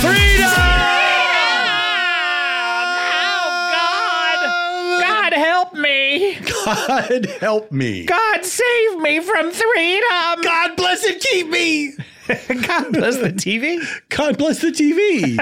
Freedom! Oh, God! God, help me! God help me. God, save me from freedom! God bless and keep me. God bless the TV. God bless the TV.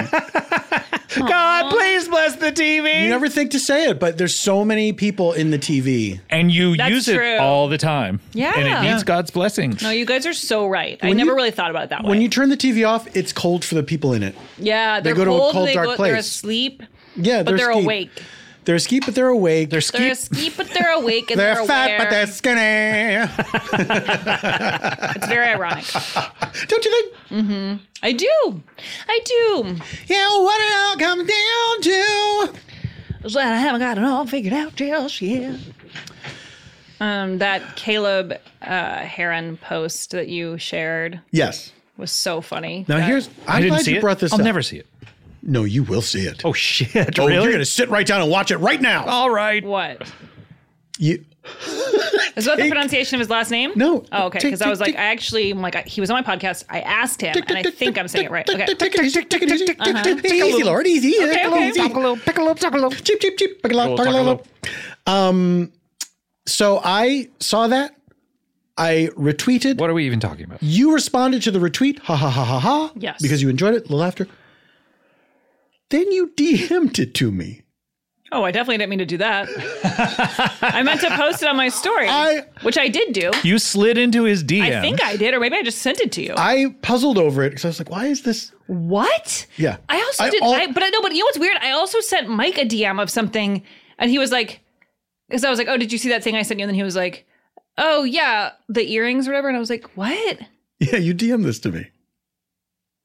God, please bless the TV. you never think to say it, but there's so many people in the TV. and you That's use true. it all the time. Yeah. and it needs God's blessing. No, you guys are so right. I never really thought about it that way. When you turn the TV off, it's cold for the people in it. yeah, they're go to a cold, cold, they dark go, They're place. asleep, Yeah, but they're skeet. awake. They're skeet, but they're awake. They're They're skeet. asleep, but they're awake and They're they're, fat, aware. but they're skinny. It's very ironic. Don't you think? I do. I do. Yeah, what it all comes down to. I'm glad I haven't got it all figured out just yet. Um, that Caleb uh, Heron post that you shared Yes. was so funny. Now That- here's. I'm I didn't glad see you it. brought this I'll up. never see it. No, you will see it. Oh shit! Oh, really? Oh. you're gonna sit right down and watch it right now. all right. what You, is that the pronunciation of his last name? No. Oh, okay. Tick, Because I was tick, like, tick. I actually, I'm like, I, he was on my podcast. I asked him, and I think I'm saying it right. Okay. Uh-huh. Take it easy, take it easy, take it easy, easy, Lord, easy. Okay, okay. Easy. Chip, chip, chip. Bagalow, bagalow. Um, so I saw that. I retweeted. What are we even talking about? You responded to the retweet. Ha ha ha ha ha. Yes. Because you enjoyed it. Little laughter. Then you DM'd it to me. Oh, I definitely didn't mean to do that. I meant to post it on my story, I- which I did do. You slid into his DM. I think I did, or maybe I just sent it to you. I puzzled over it because I was like, why is this? What? Yeah. I also I did. al- I, but I know. But you know what's weird? I also sent Mike a DM of something, and he was like, because I was like, oh, did you see that thing I sent you? And then he was like, oh yeah, the earrings or whatever. And I was like, what? Yeah, you DM this to me.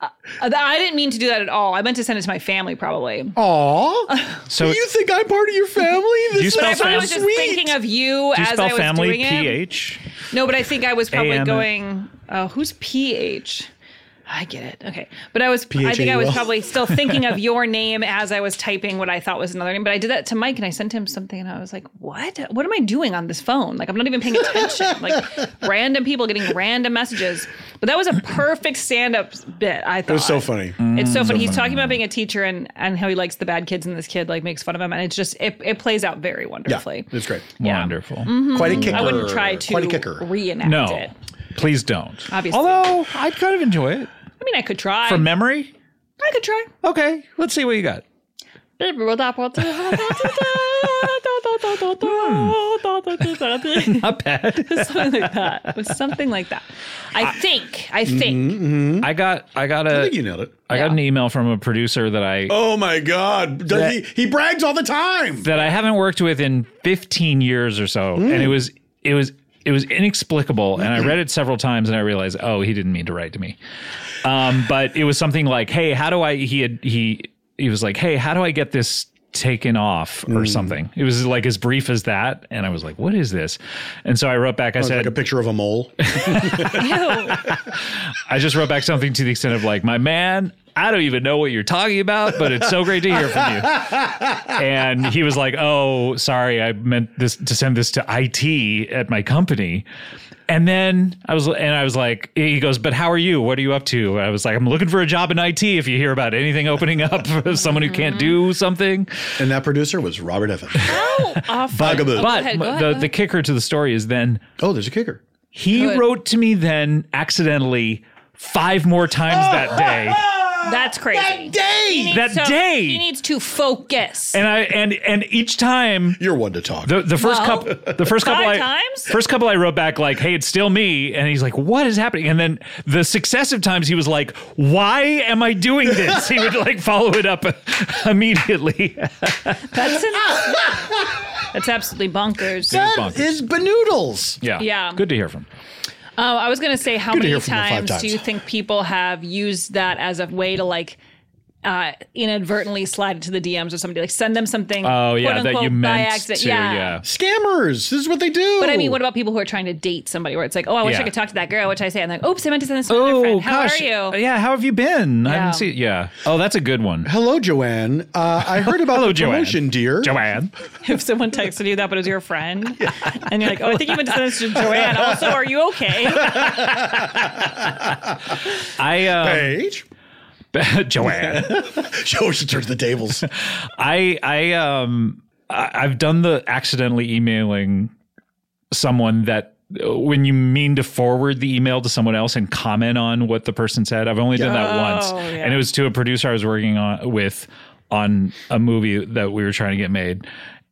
Uh, I didn't mean to do that at all. I meant to send it to my family, probably. Oh, Aw. so. you think I'm part of your family? This you is spell But I so probably fam- was just sweet. thinking of you do you as spell I was family doing it. ph? No, but I think I was probably AM. going. Uh, who's PH? I get it. Okay, but I was. I think I PHAUL. was probably still thinking of your name as I was typing what I thought was another name. But I did that to Mike, and I sent him something, and I was like, "What? What am I doing on this phone? Like, I'm not even paying attention. like, random people getting random messages." But that was a perfect stand-up bit. I thought It was so funny. It's so funny. He's talking about being a teacher and and how he likes the bad kids, and this kid like makes fun of him, and it's just it it plays out very Yeah, wonderfully. it's great. Wonderful. Quite a kicker. I wouldn't try to Quite a kicker. reenact No, it. please don't. Obviously. Although I'd kind of enjoy it I mean, I could try. from memory. I could try. Okay, let's see what you got. Not bad. something like that. It was something like that. I think. I Mm-hmm. think. I got I got a I I think you nailed it. got an email from a producer that I Oh my God. Does he, he brags all the time. that I haven't worked with in 15 years or so, and Hmm. it was it was it was inexplicable. And I read it several times, and I realized, oh, he didn't mean to write to me. Um, but it was something like, hey, how do I? He had he he was like, hey, how do I get this? taken off Hmm. or something. It was like as brief as that and I was like, what is this? And so I wrote back Oh, I It's said like a picture of a mole. Ew. I just wrote back something to the extent of like, my man, I don't even know what you're talking about, but it's so great to hear from you. And he was like, Oh, sorry, I meant this to send this to IT at my company. And then I was, and I was like, he goes, but how are you? What are you up to? I was like, I'm looking for a job in IT. If you hear about anything opening up for someone who can't do something, And that producer was Robert Evans. Oh, awful. Bugaboo. but ahead, go m- ahead, go the, ahead. the kicker to the story is then Oh, there's a kicker. he Good. wrote to me then accidentally five more times that day. That's crazy. Day! That So day. He needs to focus. And I, and, and each time You're one to talk. The, the first Well, couple, the first couple, five I, times? first couple, I wrote back like, "Hey, it's still me," and he's like, "What is happening?" And then the successive times, he was like, "Why am I doing this?" he would like follow it up immediately. That's, in- that's absolutely bonkers. that bonkers. is Benoodles. yeah, Yeah. good to hear from. Oh, I was gonna say, how Good to many hear from them five times, do times. you think people have used that as a way to like uh, inadvertently slide into the DMs of somebody, like send them something? Oh yeah, quote, that you unquote, by meant accident? to. Yeah. yeah. Scammers. This is what they do. But I mean, what about people who are trying to date somebody where it's like, oh, I wish Yeah. I could talk to that girl, which I say, I'm like, oops, I meant to send this to another Oh friend. How gosh, are you? yeah. How have you been? I Yeah. haven't seen. Yeah. Oh, that's a good one. Hello, Joanne. Uh, I heard about Hello, the Joanne. promotion, dear. Joanne. If someone texted you that, but it was your friend, and you're like, oh, I think you meant to send this to Joanne. Also, are you okay? I um, Paige. Joanne. Joe should turn to the tables. I I um I- I've done the accidentally emailing someone that uh, when you mean to forward the email to someone else and comment on what the person said. I've only done that once, and it was to a producer I was working on with on a movie that we were trying to get made.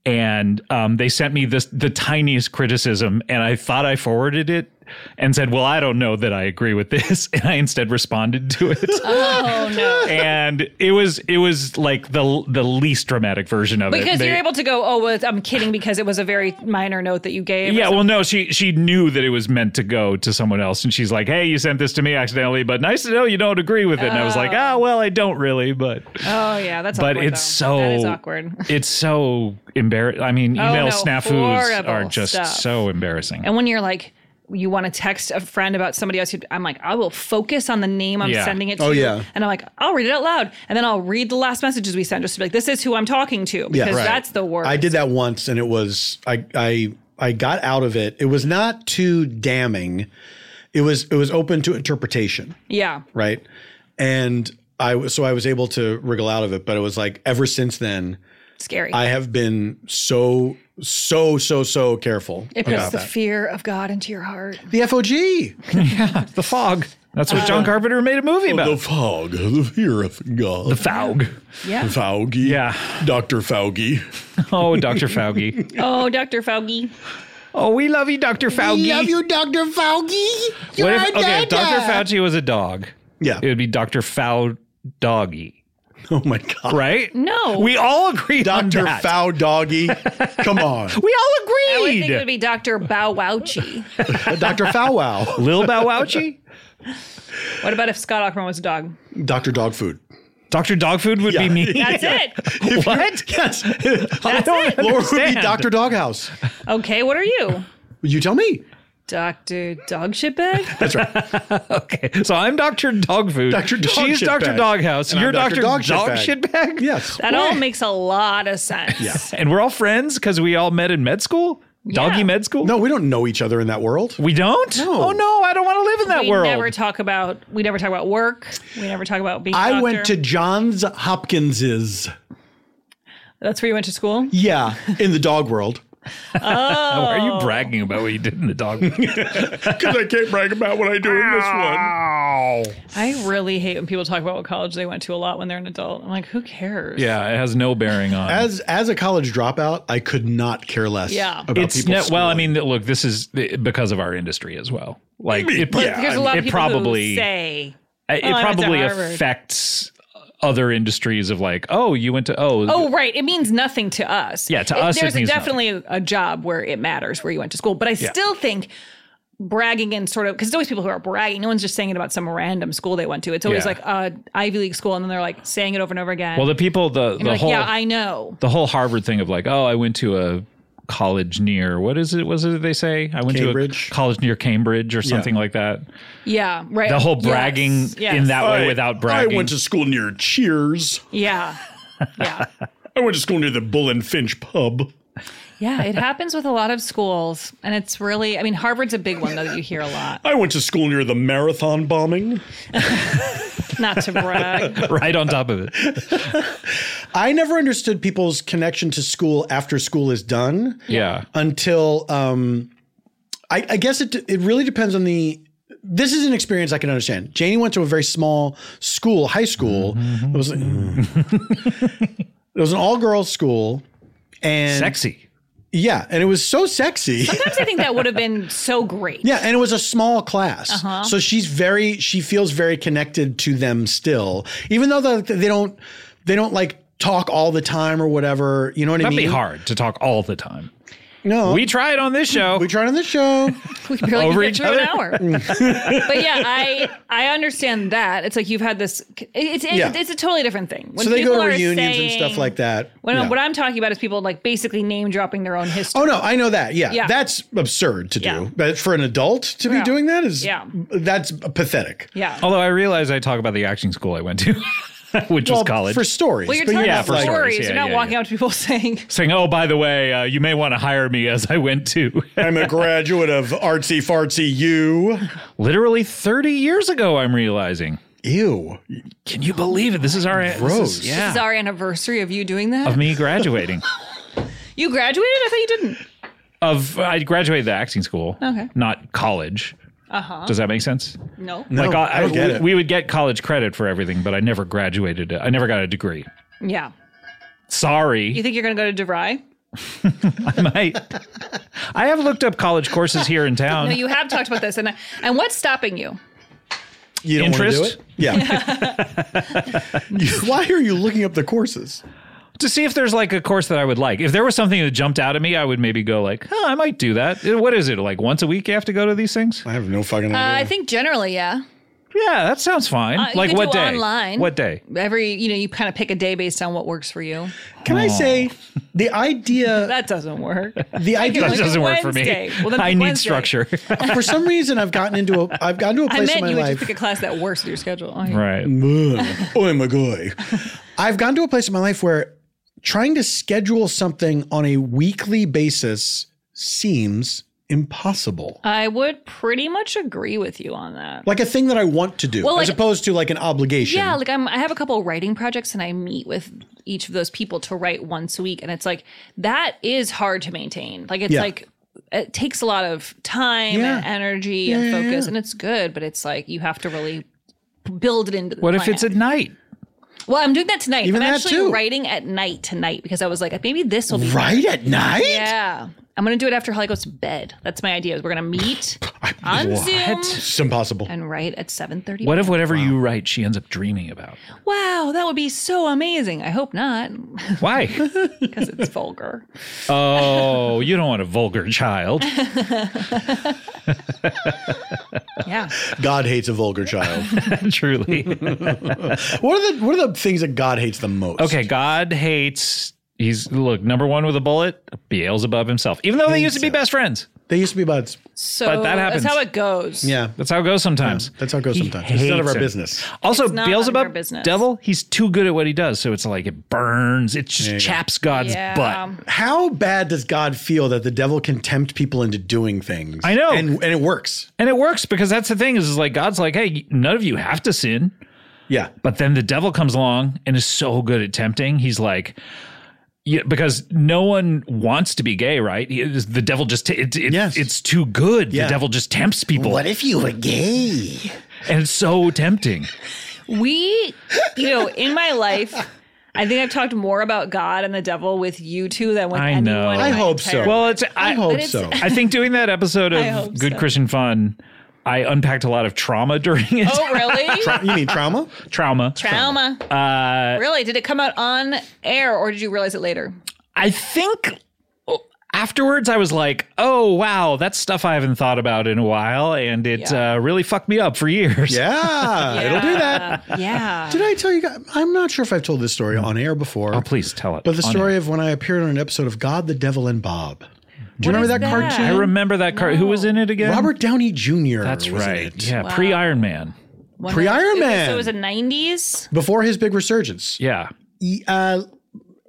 And um, they sent me this the tiniest criticism, and I thought I forwarded it and said, "Well, I don't know that I agree with this," and I instead responded to it oh no. and it was it was like the the least dramatic version of it. Because They- you're able to go, oh, well, I'm kidding, because it was a very minor note that you gave. Oh, or yeah, well, no, she she knew that it was meant to go to someone else, and she's like, "Hey, you sent this to me accidentally, but nice to know you don't agree with it." And I was like, "Ah, well, I don't really, but Oh yeah, that's but awkward, it's though. so that is awkward. Oh, it's so embarrassing. I mean, email no, snafus horrible are just stuff. so embarrassing. And when you're like, you want to text a friend about somebody else, you- I'm like, I will focus on the name I'm Yeah. sending it to. Oh, yeah. and I'm like, I'll read it out loud, and then I'll read the last messages we sent just to be like, this is who I'm talking to, because that's the worst. I did that once, and it was I I I got out of it. It was not too damning. It was it was open to interpretation, Yeah, right? And I was so I was able to wriggle out of it, but it was like ever since then scary. I have been so so so so careful it puts about the that. fear of God into your heart. the FOG, the fog. That's uh, what John Carpenter made a movie about. fog, the fear of God, Oh, The fog. Yeah. Faugi, Yeah. Doctor Faugi. Oh, Dr. Fauci. Oh, Dr. Fauci. Oh, we love you, Dr. Fauci. Doctor Faugi. What if, okay, if Dr. Fauci was a dog, Yeah. it would be Dr. Fow Doggy, Oh my God. right? No. We all agreed on Doctor that. Fow Doggy. Come on. We I all would think it would agreed. be Dr. Bow Wowchi. Dr. Fow Wow. Lil Bow Wowchi? what about if Scott Ackerman was a dog? Dr. Dog Food. Dr. Dog Food would Yeah. be me. That's it. What? Yes. I don't Laura would be understand. Dr. Doghouse. Okay, what are you? You tell me. Dr. Dog Shitbag? Okay. So I'm Dr. Dog Food. Dr. Dog She's Shit Dr. Bag. Doghouse. And I'm You're Dr. Dr. Dog Shit Dog Bag. Shitbag? Yes. That all makes a lot of sense. Yeah. And we're all friends because we all met in med school? Doggy med school? No, we don't know each other in that world. We don't? No. Oh, no. I don't want to live in that We world. never talk about we never talk about work. We never talk about being. a I doctor. went to Johns Hopkins's. That's where you went to school. Yeah, in the dog world. Why are you bragging about what you did in the dog? Because I can't brag about what I do in this one. I really hate when people talk about what college they went to a lot when they're an adult. I'm like, who cares? yeah, it has no bearing on. As as a college dropout, I could not care less. Yeah. about it's people's ne- well, I schooling. mean, th- look, this is th- because of our industry as well. Like, it, pro- yeah, There's a lot of Uh, it people probably who say, oh, it went to probably Harvard." affects other industries of like, oh, you went to oh, "Oh, right, it means nothing to us." Yeah, to us, it there's means definitely a job where it matters where you went to school. But I still think bragging and sort of because it's always people who are bragging. No one's just saying it about some random school they went to. It's always Yeah. like uh, Ivy League school, and then they're like saying it over and over again. well, the people the the like, whole yeah, I know. the whole Harvard thing of like, oh, I went to a college near what is it? Was it they say I went Cambridge. to a college near Cambridge or something like that. Yeah, right. The whole Yes, bragging yes. in that way without bragging. I went to school near Cheers. Yeah. Yeah. I went to school near the Bull and Finch pub. Yeah, it happens with a lot of schools. And it's really, I mean, Harvard's a big one, though, that you hear a lot. I went to school near the marathon bombing. Not to brag. right on top of it. I never understood people's connection to school after school is done Yeah. until um, I, I guess it it really depends on the. This is an experience I can understand. Janie went to a very small school, high school. It was it was an all girls school, and Sexy. Yeah, and it was so sexy. Sometimes I think that would have been so great. Yeah, and it was a small class. Uh-huh. So she's very she feels very connected to them still. Even though the, they don't they don't like talk all the time or whatever, you know what That'd I mean? be hard to talk all the time. No. We tried on this show. we tried on the show. we barely Over get each through other? an hour. but yeah, I I understand that. It's like you've had this. It's it's, Yeah. it's a totally different thing. When so they go people to are reunions and saying- stuff like that. When, Yeah. What I'm talking about is people like basically name dropping their own history. Oh no, I know that. Yeah. Yeah. That's absurd to do. Yeah. But for an adult to be Yeah. doing that is Yeah. that's pathetic. Yeah. Although I realize I talk about the acting school I went to, which was college. For stories. well, you're but talking yeah, about for stories. stories. Yeah, you're not yeah, walking yeah. up to people saying, saying, "Oh, by the way, uh, you may want to hire me as I went to." I'm a graduate of artsy fartsy U. Literally 30 years ago, I'm realizing. ew. Can you believe it? This is our This Gross. is, yeah, "This is our anniversary of you doing that." of me graduating. you graduated? I thought you didn't. of I graduated the acting school, Okay. not college. Uh-huh. Does that make sense? No. like I, I don't get we, it. we would get college credit for everything, but I never graduated. it. I never got a degree. Yeah. You Sorry, think you're going to go to DeVry? I might. I have looked up college courses here in town. No, you have talked about this, and and what's stopping you? You don't want to do Interest? it? Yeah. Why are you looking up the courses? to see if there's like a course that I would like. If there was something that jumped out at me, I would maybe go like, "Huh, I might do that." Eh, What is it like? Once a week, you have to go to these things? I have no fucking idea. Uh, I think generally, yeah. Yeah, that sounds fine. Uh, you like could what do day? online. What day? Every you know, you kind of pick a day based on what works for you. Can I say the idea? That doesn't work. The idea. That doesn't work for me. Wednesday. Well, then I pick need Wednesday. structure. for some reason, I've gotten into a. I've gotten to a I place in meant my you would just life. pick a class that works with your schedule. Oh, yeah. right. oh my god! I've gotten to a place in my life where trying to schedule something on a weekly basis seems impossible. I would pretty much agree with you on that. like a thing that I want to do, Well, as like- opposed to like an obligation. Yeah, like I'm, I have a couple writing projects, and I meet with each of those people to write once a week, and it's like that is hard to maintain. Like it's Yeah. like it takes a lot of time Yeah. and energy and focus, and it's good, but it's like you have to really build it into. The What if plan. it's at night? Well, I'm doing that tonight. Even I'm that, actually too. writing at night tonight because I was like, maybe this will be right at night. Yeah. I'm gonna do it after Holly goes to bed. That's my idea. Is we're gonna meet on Zoom It's impossible. and write at 7:30. What if whatever you write, she ends up dreaming about? Wow, that would be so amazing. I hope not, Why? because it's vulgar. oh, you don't want a vulgar child. Yeah. God hates a vulgar child. Truly. what are the What are the things that God hates the most? Okay, God hates. He's look number one with a bullet. Beelzebub himself. Even though they used to be best friends, they used to be buds. So But that happens. that's how it goes. Yeah, that's how it goes sometimes. that's how it goes He sometimes. It's none of hates our him. business. Also, It's not none of our Beelzebub, business. devil, he's too good at what he does. So it's like it burns. It just chaps God's Yeah. butt. How bad does God feel that the devil can tempt people into doing things? I know. and and it works. And it works because that's the thing is, is like God's like, hey, none of you have to sin. Yeah, But then the devil comes along and is so good at tempting. He's like, yeah, because no one wants to be gay, right? He- it's- The devil just, t- it, it- Yes. it's too good. Yeah. The devil just tempts people. if you were gay? and it's so tempting. We, you know, in my life, I think I've talked more about God and the devil with you two than with I anyone. know. in I my hope so. entire- Well, it's, I I, hope it's- so. I think doing that episode I hope of Good so. Christian Fun, I unpacked a lot of trauma during it. Oh, really? you mean trauma? trauma. Trauma. Uh, really? Did it come out on air, or did you realize it later? I think oh, afterwards I was like, oh, wow, that's stuff I haven't thought about in a while. And it Yeah. uh, really fucked me up for years. Yeah, it'll do that. Yeah. Did I tell you guys? I'm not sure if I've told this story on air before. Oh, please tell it. But the on story air. of when I appeared on an episode of God, the Devil, and Bob. Do you What remember is that, that? cartoon? I remember that car. Who was in it again? Robert Downey Jr. That's was in right. it. Yeah. Pre Iron Man. When Pre- it- Iron it was- Man. So it was a 90s. Before his big resurgence, Yeah. E- uh,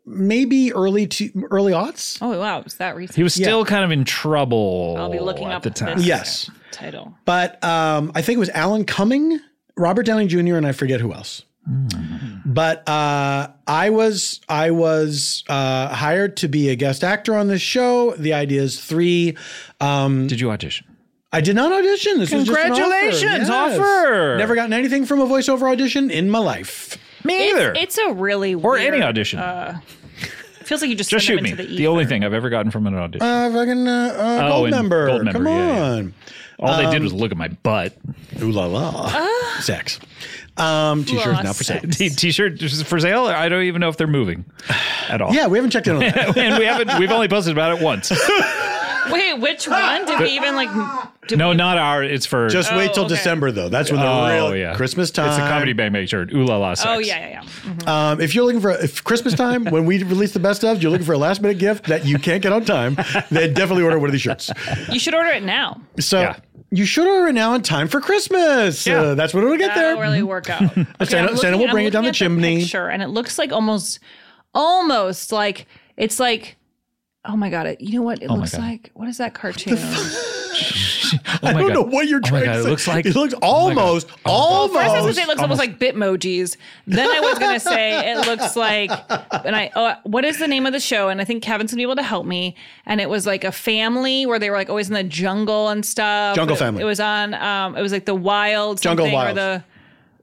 maybe early to early aughts. Oh, wow. Is that recent? He was still kind of in trouble. I'll be looking at up the time. this. Yes, title. but um, I think it was Alan Cumming, Robert Downey Jr., and I forget who else. Hmm. But uh, I was I was uh, hired to be a guest actor on this show. The idea is three. Um, Did you audition? I did not audition. This was just an Congratulations, offer. Yes. offer! Never gotten anything from a voiceover audition in my life. Me either. It's Uh, a really or weird, any audition. Feels like you just, Just send shoot them me. into The, the, only thing I've ever gotten from an audition. Uh, fucking uh, uh, Oh, gold, and member. Gold Member, Come yeah, yeah. on. All they Um, did was look at my butt. Ooh la la. Ah. sex. Um, t-shirt is not for sale. T- T-shirt is for sale. I don't even know if they're moving at all. Yeah, we haven't checked in on that. and we haven't. We've only posted about it once. Wait, which one? Did we even like? Did No, we, not our. It's for Just Oh, wait till okay. December though. That's when the Oh, real yeah. Christmas time. It's a comedy bang bang shirt. Ooh la la. Sex. Oh yeah, yeah, yeah. Um, if you're looking for if Christmas time when we release the best of, you're looking for a last minute gift that you can't get on time, then definitely order one of these shirts. You should order it now. So Yeah. you should order it now in time for Christmas. Yeah. Uh, that's when it'll get there. That'll really work out. Okay, Santa- I'm Santa will I'm bring it down the at chimney. picture, and it looks like almost, almost like it's like. Oh my god! It, you know what it my looks God. like? What is that cartoon? Oh I my don't God. know what you're Oh my trying God, to it say. looks like- it looks Oh my God. almost, Oh First, I was gonna almost. say it looks almost, like Bitmojis. Then I was gonna say it looks like, and I, oh, what is the name of the show? And I think Kevin's gonna be able to help me. And it was like a family where they were like always in the jungle and stuff. Jungle It- Family. It was on. Um, it was like the wild Jungle something, Wild. or the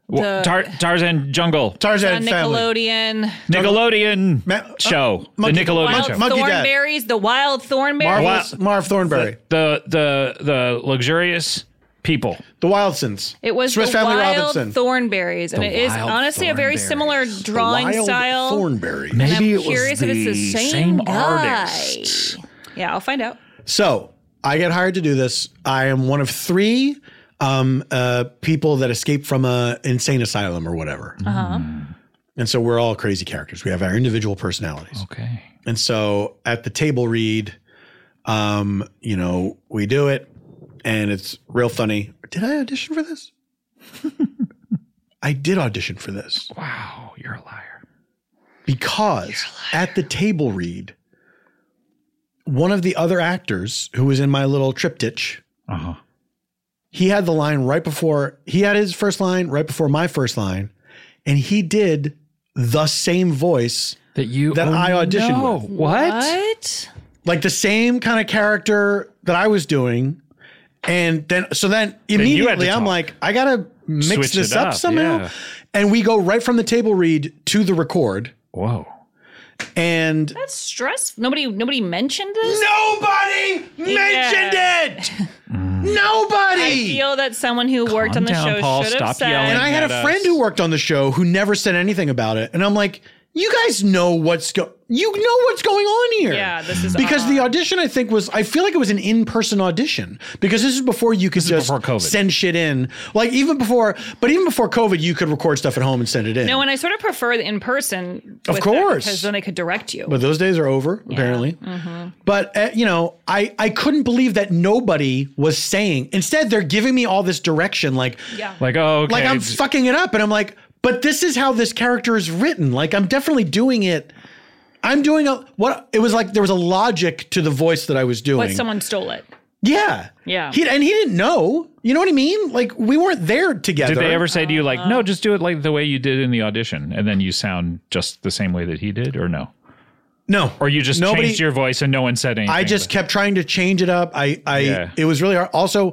Well, The- Tar- Tarzan Jungle. Tarzan the family. Nickelodeon. Nickelodeon Ma- uh, show. the Monkey- Nickelodeon Wild show. Monkey Dad. Thornberries, the wild thornberries. Marvelous Marv Thornberry. the the the luxurious people. The Wildsons. It was Swiss the Family wild Robinson. thornberries, and it is wild honestly a very thornberries. similar drawing Wild style. Thornberry. And Maybe I'm it was curious the, if it's the same, same guy. artist. Yeah, I'll find out. So I get hired to do this. I am one of three um, uh, people that escaped from a insane asylum or whatever. And so we're all crazy characters. We have our individual personalities. Okay. And so at the table read, um, you know, we do it and it's real funny. Did I audition for this? I did audition for this Wow, you're a liar. because at the table read, one of the other actors who was in my little triptych, Uh huh. he had the line right before, he had his first line right before my first line, and he did the same voice That you That I auditioned with. What? What? like the same kind of character that I was doing. And then, so then had to immediately I'm talk. like, I gotta mix Switch this it up, up, somehow. yeah. And we go right from the table read to the record. Whoa. And That's stress. Nobody, nobody mentioned this. nobody mentioned it. nobody. I feel that someone who worked on the down, show Paul. should have Stop said. yelling. and I had at a us. friend who worked on the show who never said anything about it. And I'm like, you guys know what's go you know what's going on here. Yeah, this is because the audition I think was I feel like it was an in-person audition because this is before you could just before COVID. send shit in. Like even before but even before COVID you could record stuff at home and send it in. No, and I sort of prefer the in person. Of with that course. because then they could direct you. but those days are over apparently. Mm-hmm. But uh, you know, I I couldn't believe that nobody was saying. Instead they're giving me all this direction like yeah, Like, oh, okay. like I'm fucking it up, and I'm like, but this is how this character is written. Like I'm definitely doing it. I'm doing a what? It was like there was a logic to the voice that I was doing. but someone stole it. yeah, Yeah. He, and he didn't know. You know what I mean? Like we weren't there together. did they ever say to you like, no, just do it like the way you did in the audition, and then you sound just the same way that he did, or no? No. Or you just Nobody- changed your voice and no one said anything? I just about kept trying to change it up. I, I, Yeah. it was really hard. Also,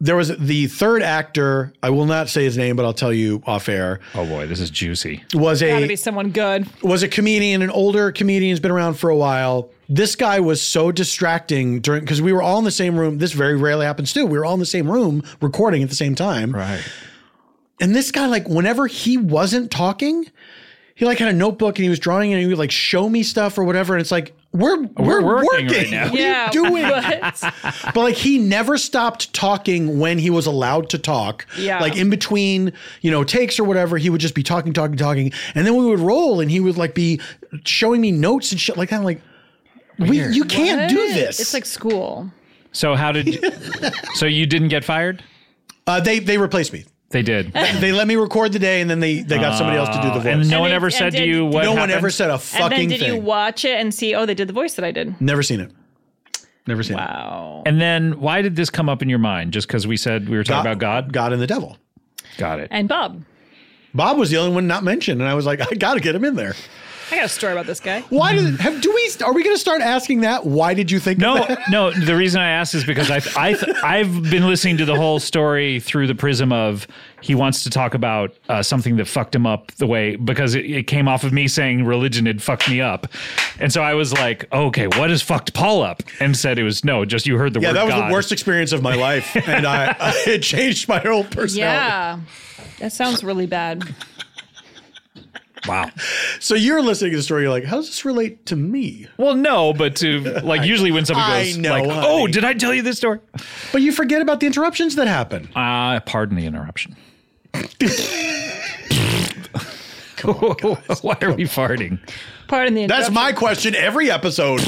there was the third actor. I will not say his name, but I'll tell you off air. it? Oh boy, this is juicy. Was Got a to be someone good. was a comedian, an older comedian, has been around for a while. This guy was so distracting during because we were all in the same room. This very rarely happens too. We were all in the same room recording at the same time. Right. And this guy, like, whenever he wasn't talking, he like had a notebook and he was drawing and he would like show me stuff or whatever. And it's like, We're we're, working, working right now. What are you doing? but like he never stopped talking when he was allowed to talk. Yeah. Like in between, you know, takes or whatever, he would just be talking, talking, talking, and then we would roll, and he would like be showing me notes and shit like that. I'm like, we, you can't do this. It's like school. So how did? so you didn't get fired? uh, they they replaced me. They did. They let me record the day, and then they they got somebody else to do the voice. Uh, And no one they- ever and said to did- you what. no one happened? ever said a And fucking then did thing. you watch it and see? Oh, they did the voice that I did. Never seen it. Never seen it. Wow. And then why did this come up in your mind? Just because we said we were talking about God? God and the devil. Got it. And Bob, Bob was the only one not mentioned, and I was like, I gotta get him in there. I got a story about this guy. Why did have do we are we gonna start asking that? Why did you think of No, that? no. The reason I asked is because I, I, I've been listening to the whole story through the prism of he wants to talk about uh, something that fucked him up the way because it, it came off of me saying religion had fucked me up, and so I was like, okay, what has fucked Paul up? And said it was no, just you heard the Yeah, word. that was God. the worst experience of my life, and I, I it changed my whole personality. Yeah. That sounds really bad. Wow. So you're listening to the story, you're like, how does this relate to me? Well, no, but to like usually when somebody I goes know, like, honey. oh, did I tell you this story? But you forget about the interruptions that happen. Uh, pardon the interruption. Why are we farting? Pardon the That's interruption. my question every episode.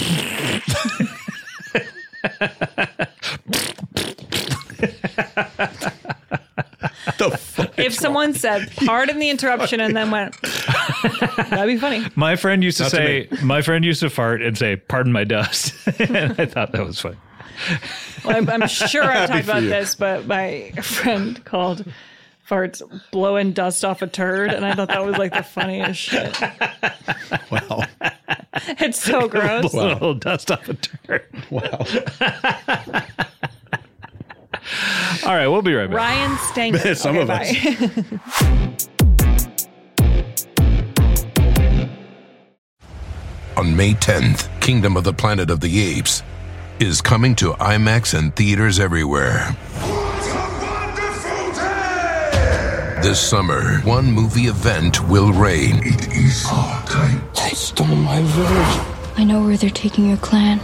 the fuck? If someone said, pardon the interruption, and then went, that'd be funny. My friend used to Not to say, my friend used to fart and say, pardon my dust. and I thought that was funny. Well, I'm, I'm sure I've talked about this, but my friend called farts blowing dust off a turd, and I thought that was like the funniest shit. Wow. It's so gross. Blow a little dust off a turd. Wow. All right, we'll be right back. Ryan Stanger. Some of us. bye. On May 10th, Kingdom of the Planet of the Apes is coming to IMAX and theaters everywhere. What a wonderful day! This summer, one movie event will reign. It is our time. They stole my village. I know where they're taking your clan.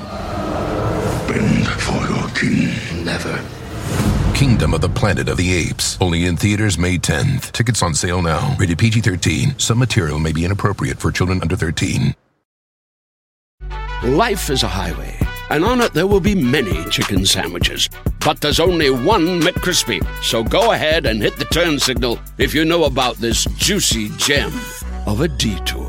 Bend for your king. Never. Kingdom of the Planet of the Apes, only in theaters May 10th. Tickets on sale now. Rated PG 13. Some material may be inappropriate for children under 13. Life is a highway, and on it there will be many chicken sandwiches. But there's only one McCrispy. So go ahead and hit the turn signal if you know about this juicy gem of a detour.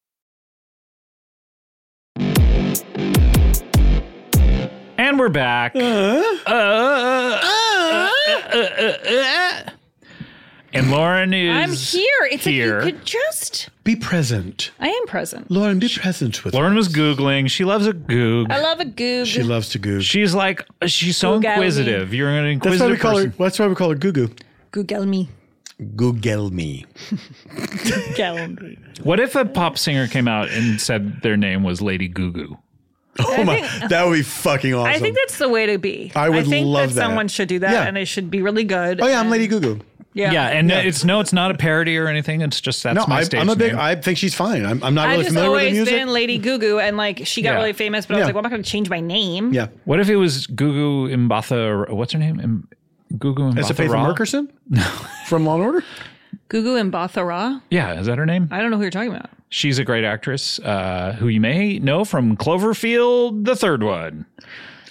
And we're back. Uh-huh. Uh, uh, uh, uh, uh. And Lauren is. I'm here. It's Here. like you could just. Be present. I am present. Lauren, be present with Lauren was Googling. She loves a Goog. I love a goob. She loves to goo. She's like, she's so Google me. inquisitive. You're an That's inquisitive why we call person. her. That's why we call her Goo Goo. Google me. Google me. Google me. What if a pop singer came out and said their name was Lady Goo Goo? Oh my, that would be fucking awesome. I think that's the way to be. I would think love that. someone should do that, Yeah. and they should be really good. oh yeah, I'm and- Lady Goo Goo. Yeah. Yeah, and it's no, it's not a parody or anything. It's just that's No, my I, stage I'm a big. name. I think she's fine. I'm, I'm not I've really just familiar with the always music. been Lady Goo Goo, and like she got Yeah. really famous, but I Yeah. was like, well, I'm not going to change my name. yeah, what if it was Gugu Mbatha? Or, what's her name? Im, Gugu Mbatha. that's a Faith Raw? Merkerson no. from Law and Order. Goo Goo and Bathara. Yeah, is that her name? I don't know who you're talking about. She's a great actress uh, who you may know from Cloverfield, the third one.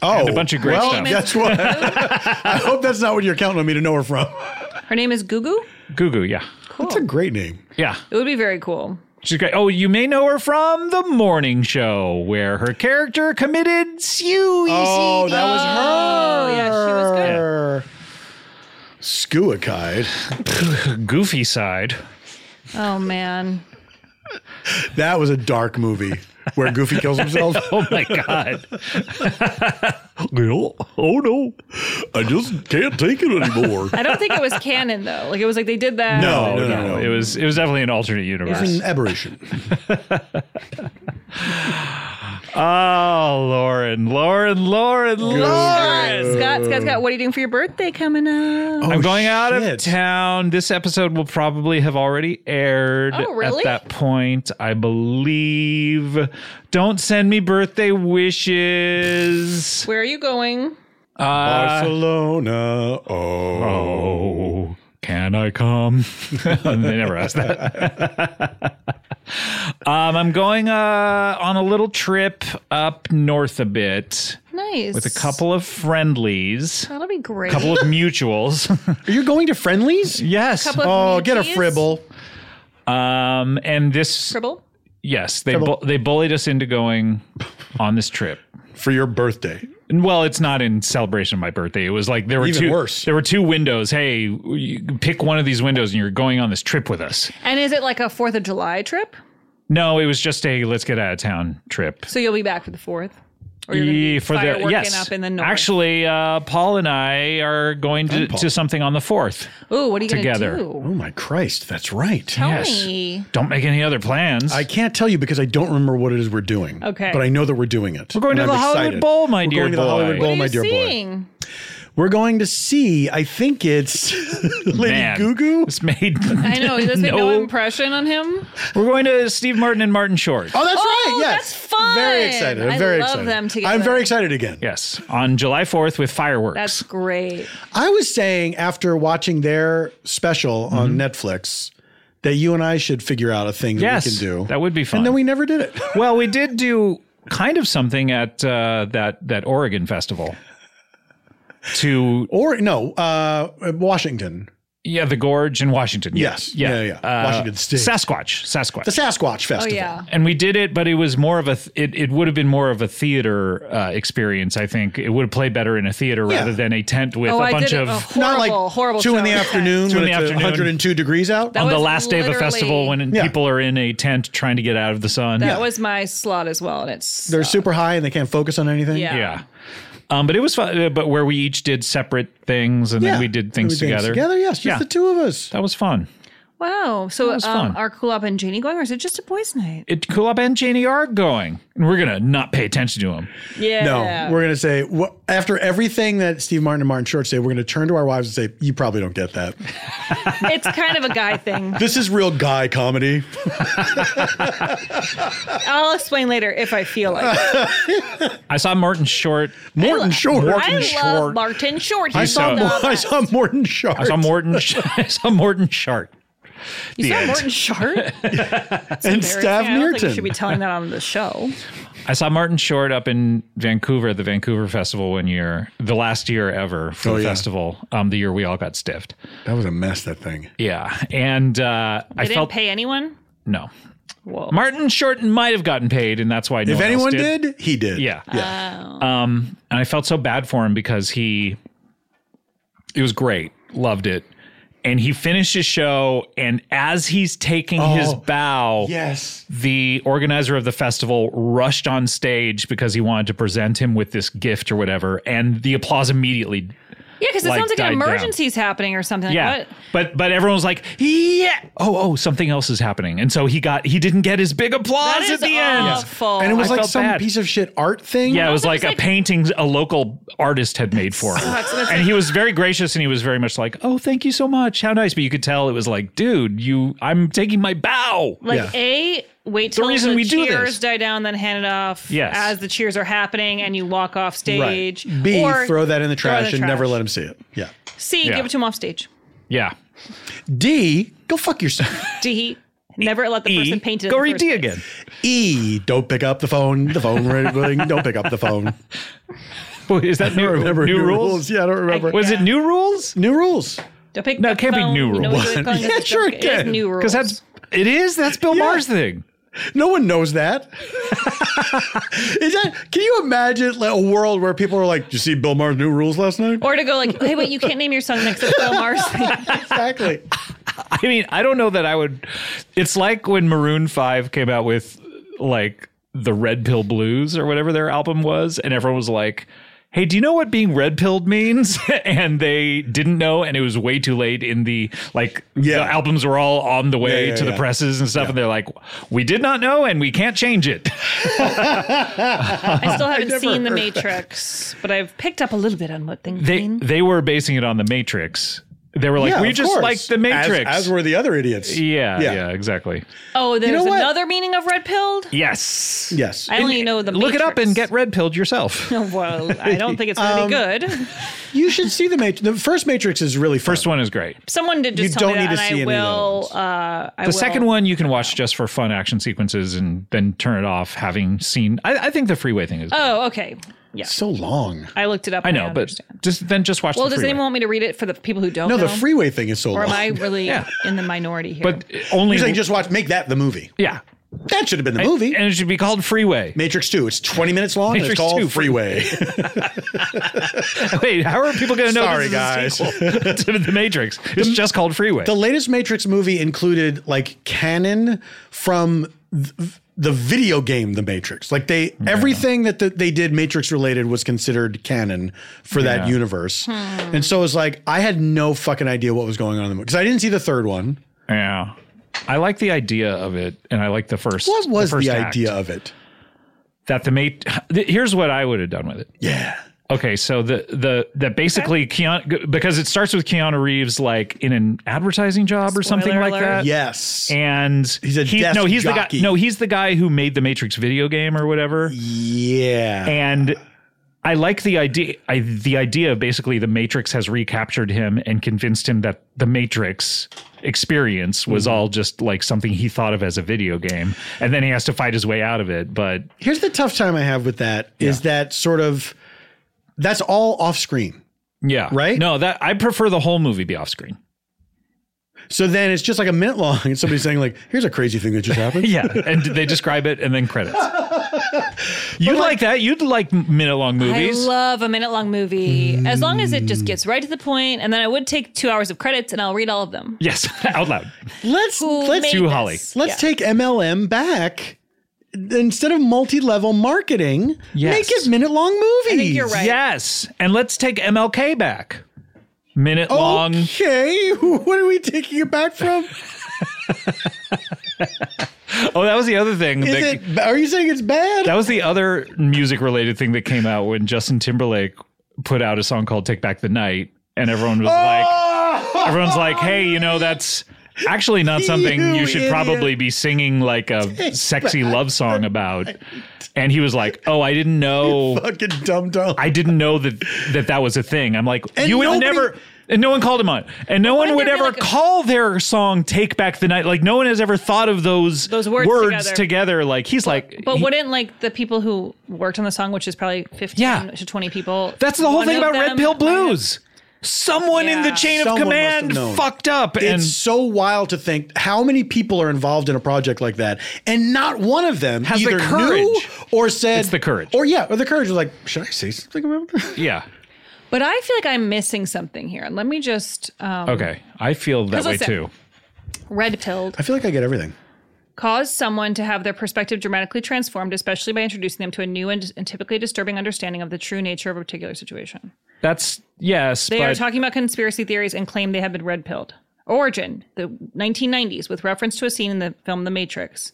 Oh, a bunch of great well, stuff. Guess what? I hope that's not what you're counting on me to know her from. Her name is Goo Goo. Gugu, yeah, That's a great name. yeah, It would be very cool. she's great. Oh, you may know her from the Morning Show, where her character committed suicide. Oh, that was her. Oh, yeah, she was good. Skuakide. goofy side. Oh man. That was a dark movie where Goofy kills himself. oh my god. oh no, I just can't take it anymore. I don't think it was canon though. Like it was like they did that. No, no, no, It was it was definitely an alternate universe. It's an aberration. oh, Lauren, Lauren, Lauren, Scott, Lauren. Scott, Scott, Scott, what are you doing for your birthday coming up? I'm going uh, out of town. This episode will probably have already aired Oh, really? at that point, I believe. Don't send me birthday wishes. Where are you going? Uh, Barcelona. Oh. Can I come? they never asked that. um, I'm going uh, on a little trip up north a bit Nice. with a couple of friendlies, That'll be great. a couple of mutuals. Are you going to Friendlies? yes. Couple of Oh, get a munchies. fribble. Um, and this, Fribble? yes, they bu- they bullied us into going on this trip. For your birthday. And, Well, it's not in celebration of my birthday. It was like there were Even two worse. there were two windows. Hey, you pick one of these windows and you're going on this trip with us. And is it like a Fourth of July trip? No, it was just a let's get out of town trip. So you'll be back for the fourth. Or you're gonna be Yeah, for the fireworking yes. up in the north. Actually, uh, Paul and I are going to, to something on the fourth. Ooh, what are you together. gonna do? Oh my Christ, that's right. Tell Yes. me. Don't make any other plans. I can't tell you because I don't remember what it is we're doing. Okay. But I know that we're doing it. We're going to And the I'm Hollywood excited. Bowl, my We're dear going to the boy. Hollywood Bowl, What Oh, my are you dear boy. seeing? We're going to see, I think it's Lady Man, Goo Goo. This made I know. Does this make no No. impression on him? we're going to Steve Martin and Martin Short. Oh, that's Oh, right. Yes. that's fun. Very excited. I'm I very love excited. them together. I'm very excited again. Yes, on July fourth with fireworks. That's great. I was saying after watching their special on Mm-hmm. Netflix that you and I should figure out a thing that yes, we can do. that would be fun. and then we never did it. well, we did do kind of something at uh, that that Oregon festival. To or no, uh, Washington. yeah, the gorge in Washington. Yes. yeah, Uh, Yeah, yeah. Washington State. Sasquatch, Sasquatch. The Sasquatch Oh Festival. yeah. and we did it, but it was more of a th- it, it would have been more of a theater uh, experience. I think it would have played better in a theater Yeah. rather than a tent with Oh, a I bunch did it- of oh. Not like Horrible, horrible two in the show. afternoon Two in when the it's afternoon. 102 degrees out. Um, That on the was last day of a festival literally- when Yeah. people are in a tent trying to get out of the sun. That was my slot as well, and it's They're super high and they can't focus on anything. Yeah. yeah. Um, but it was fun. uh, But where we each did separate things and Yeah. then we did things together. Together, yes, just Yeah. the two of us. That was fun. wow. So was um, fun. are Kulop and Janie going, or is it just a boys' night? It Kulop and Janie are going, and we're gonna not pay attention to them. Yeah. No, we're gonna say wha- after everything that Steve Martin and Martin Short say, we're gonna turn to our wives and say, "You probably don't get that. it's kind of a guy thing. This is real guy comedy." I'll explain later if I feel like. it. I saw Martin Short. Morton Short. I love Martin Short. I He's saw. the Mor- I best. saw Morton Short. I saw Morton. I saw Morton Short. You saw end. Morton Short? and Stav Embarrassing. I don't think you should be Neerton. telling that on the show. I saw Martin Short up in Vancouver at the Vancouver Festival one year, the last year ever for Oh, the yeah. festival, um, the year we all got stiffed. That was a mess. That thing. Yeah. And uh, I They didn't felt pay anyone? no. Whoa. Martin Short might have gotten paid, and that's why no If one else anyone did. did, he did. Yeah. Um, and I felt so bad for him because he, it was great, loved it. And he finished his show, and as he's taking his Oh. bow, Oh, Yes. the organizer of the festival rushed on stage because he wanted to present him with this gift or whatever, and the applause immediately. Yeah, because it like, sounds like an died down. emergency's happening or something. Like, Yeah, what? but but everyone was like, yeah, oh oh, something else is happening, and so he got he didn't get his big That applause is at the end. awful. And it was I like felt some bad. piece of shit art thing. Yeah, it was Also, like it's a like- Uh, painting a local artist had made for him. and he was very gracious and he was very much like, "Oh, thank you so much. How nice." But you could tell it was like, "Dude, you I'm taking my bow." Like a wait till the, reason we do cheers this. die down, then hand it off. Yes. as the cheers are happening, and you walk off stage. B, Or throw that in the throw it trash and never let him see it. Yeah. C, Yeah. give it to him off stage. Yeah. D, go fuck yourself. D, never let the person paint it. in E- go the read first E. D place. again. E, don't pick up the phone. The phone ring. Don't pick up the phone. Wait, is that new, Remember new, rules? Yeah, I don't remember. Was it new rules? New rules. Don't pick No, up it the can't be phone. new You know rules. what you would call Yeah, it. It's sure it dumb- is can. new rules. Cuz that's it is that's Bill Yeah. Maher's thing. No one knows that. Is that? Can you imagine like, a world where people are like, "Did you see Bill Maher's new rules last night?" or to go like, hey, wait, you can't name your son next to Bill Maher's. exactly. I mean, I don't know that I would. It's like when Maroon 5 came out with like the Red Pill Blues or whatever their album was, and everyone was like, Hey, do you know what being red pilled means? and they didn't know, and it was way too late in the like the albums were all on the way Yeah, yeah, to the yeah. presses and stuff, and they're like, We did not know and we can't change it. I still haven't never seen The heard Matrix, but I've picked up a little bit on what things They mean. they were basing it on the Matrix. They were like, Yeah, We of just course. like the Matrix. As, as were the other idiots. yeah, Yeah. yeah, exactly. Oh, there's know what? another meaning of red pilled. Yes. Yes. I only know the Look it up Matrix. and get red pilled yourself. well, I don't think it's going Um, to be good. You should see the Matrix. The first Matrix is really fun. First one is great. Someone did just you tell don't me that, need to and see any I of will. Uh, I the will. second one you can watch just for fun action sequences and then turn it off having seen. I, I think the freeway thing is. Oh, okay. Yeah, So long. I looked it up. I and know, but understand. just then just watch. well, the does freeway. anyone want me to read it for the people who don't? No, know? the freeway thing is so Or long. am I really Yeah. in the minority here? But only You're saying just watch, make that the movie. yeah. That should have been the movie. and it should be called Freeway. Matrix 2. It's 20 minutes long and Matrix it's called 2. Freeway. Wait, how are people going to know? Sorry, guys. this is a sequel to the Matrix. It's just called Freeway. the latest Matrix movie included like canon from th- the video game The Matrix. Like they everything that th- they did Matrix related was considered canon for that universe. And so it's like I had no fucking idea what was going on in the movie cuz I didn't see the third one. yeah, I like the idea of it, and I like the first. What was the, first act. idea of it? that the mate? Here's what I would have done with it. Yeah. Okay, so the the that basically Keanu because it starts with Keanu Reeves like in an advertising job or something Spoiler like alert. that. Yes. Uh, And He's a he, desk no, he's the jockey. guy. No, he's the guy who made the Matrix video game or whatever. yeah. And I like the idea. I, the idea of basically the Matrix has recaptured him and convinced him that the Matrix experience was Mm-hmm. all just like something he thought of as a video game, and then he has to fight his way out of it. But Here's the tough time I have with that is that sort of that's all off screen. yeah, Right? No, that I prefer the whole movie be off screen. So then it's just like a minute long and somebody's saying like, here's a crazy thing that just happened. Yeah, and they describe it and then credits. You like, that? You'd like minute long I movies. Mm. love a minute long movie as long as it just gets right to the point, and then I would take two hours of credits and I'll read all of them. yes, out loud. Let's Who let's made To Holly. this? Let's take MLM back. Instead of multi-level marketing, Yes. make it minute-long movies. I think you're right. Yes, and let's take MLK back. Minute long. Oh. Okay, what are we taking it back from? Oh, that was the other thing. Is that, it? Are you saying it's bad? that was the other music related thing that came out when Justin Timberlake put out a song called "Take Back the Night," and everyone Oh, was like, Ah! "Everyone's like, hey, you know that's." Actually, not something you, You should idiot. probably be singing like a sexy love song about. And he was like, "Oh, I didn't know." Fucking dumb dumb. I didn't know that that, that was a thing. I'm like, And you would nobody- never. And no one called him on. it. And no one wouldn't would there be ever like a- call their song "Take Back the Night." Like no one has ever thought of those Those words together. together. Like he's like, But he- wouldn't like the people who worked on the song, which is probably fifteen Yeah. to twenty people? That's the whole one thing of about Red them Pill might have- Blues. Someone in the Yeah. chain of Someone must have command known. fucked up, it's and so wild to think how many people are involved in a project like that, and not one of them Has the either knew courage. or said It's the courage. or yeah, or the courage was like, should I say something about that? yeah. But I feel like I'm missing something here. And let me just um, Okay, I feel that 'Cause way listen- too. red pilled I feel like I get everything. cause someone to have their perspective dramatically transformed, especially by introducing them to a new and, and typically disturbing understanding of the true nature of a particular situation. That's yes, They but are talking about conspiracy theories and claim they have been red pilled. Origin, the 1990s, with reference to a scene in the film The Matrix,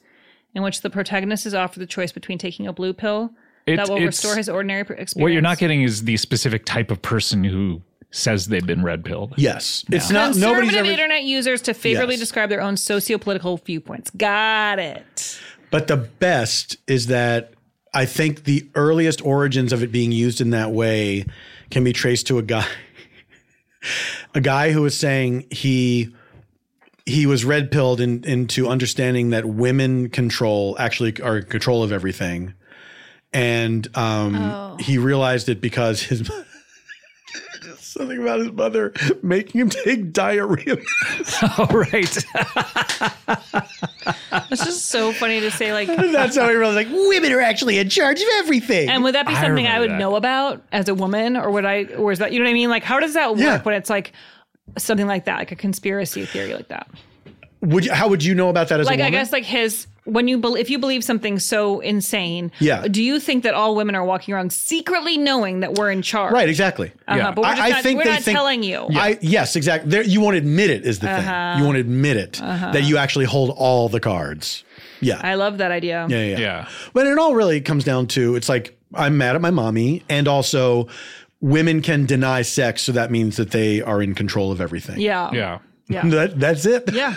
in which the protagonist is offered the choice between taking a blue pill It's- that will it's- restore his ordinary per- experience. what you're not getting is the specific type of person who says they've been red pilled. Yes, it's not. Nobody's Conservative ever. internet users to favorably Yes. describe their own socio-political viewpoints. Got it. But the best is that I think the earliest origins of it being used in that way can be traced to a guy, a guy who was saying he he was red pilled in, into understanding that women control actually are in control of everything, and um, he realized it because his. Something about his mother making him take diarrhea. All right. Uh-huh, It's just so funny to say like That's how he realized, like, women are actually in charge of everything. and would that be I something I, would remember that. know about as a woman or would I or is that you know what I mean? Like how does that work Yeah. when it's like something like that, like a conspiracy theory like that? Would you, how would you know about that as like a I woman? guess like his when you bel if you believe something so insane, Yeah. Do you think that all women are walking around secretly knowing that we're in charge? Right, exactly. Uh-huh, But we're, just I, I not, think we're they not think- telling you. I, yes, exactly. There, you won't admit it is the Uh-huh. thing. You won't admit it Uh-huh. that you actually hold all the cards. Yeah. I love that idea. Yeah, yeah, But it all really comes down to it's like I'm mad at my mommy, and also women can deny sex, so that means that they are in control of everything. Yeah. Yeah. Yeah. That, that's it. Yeah.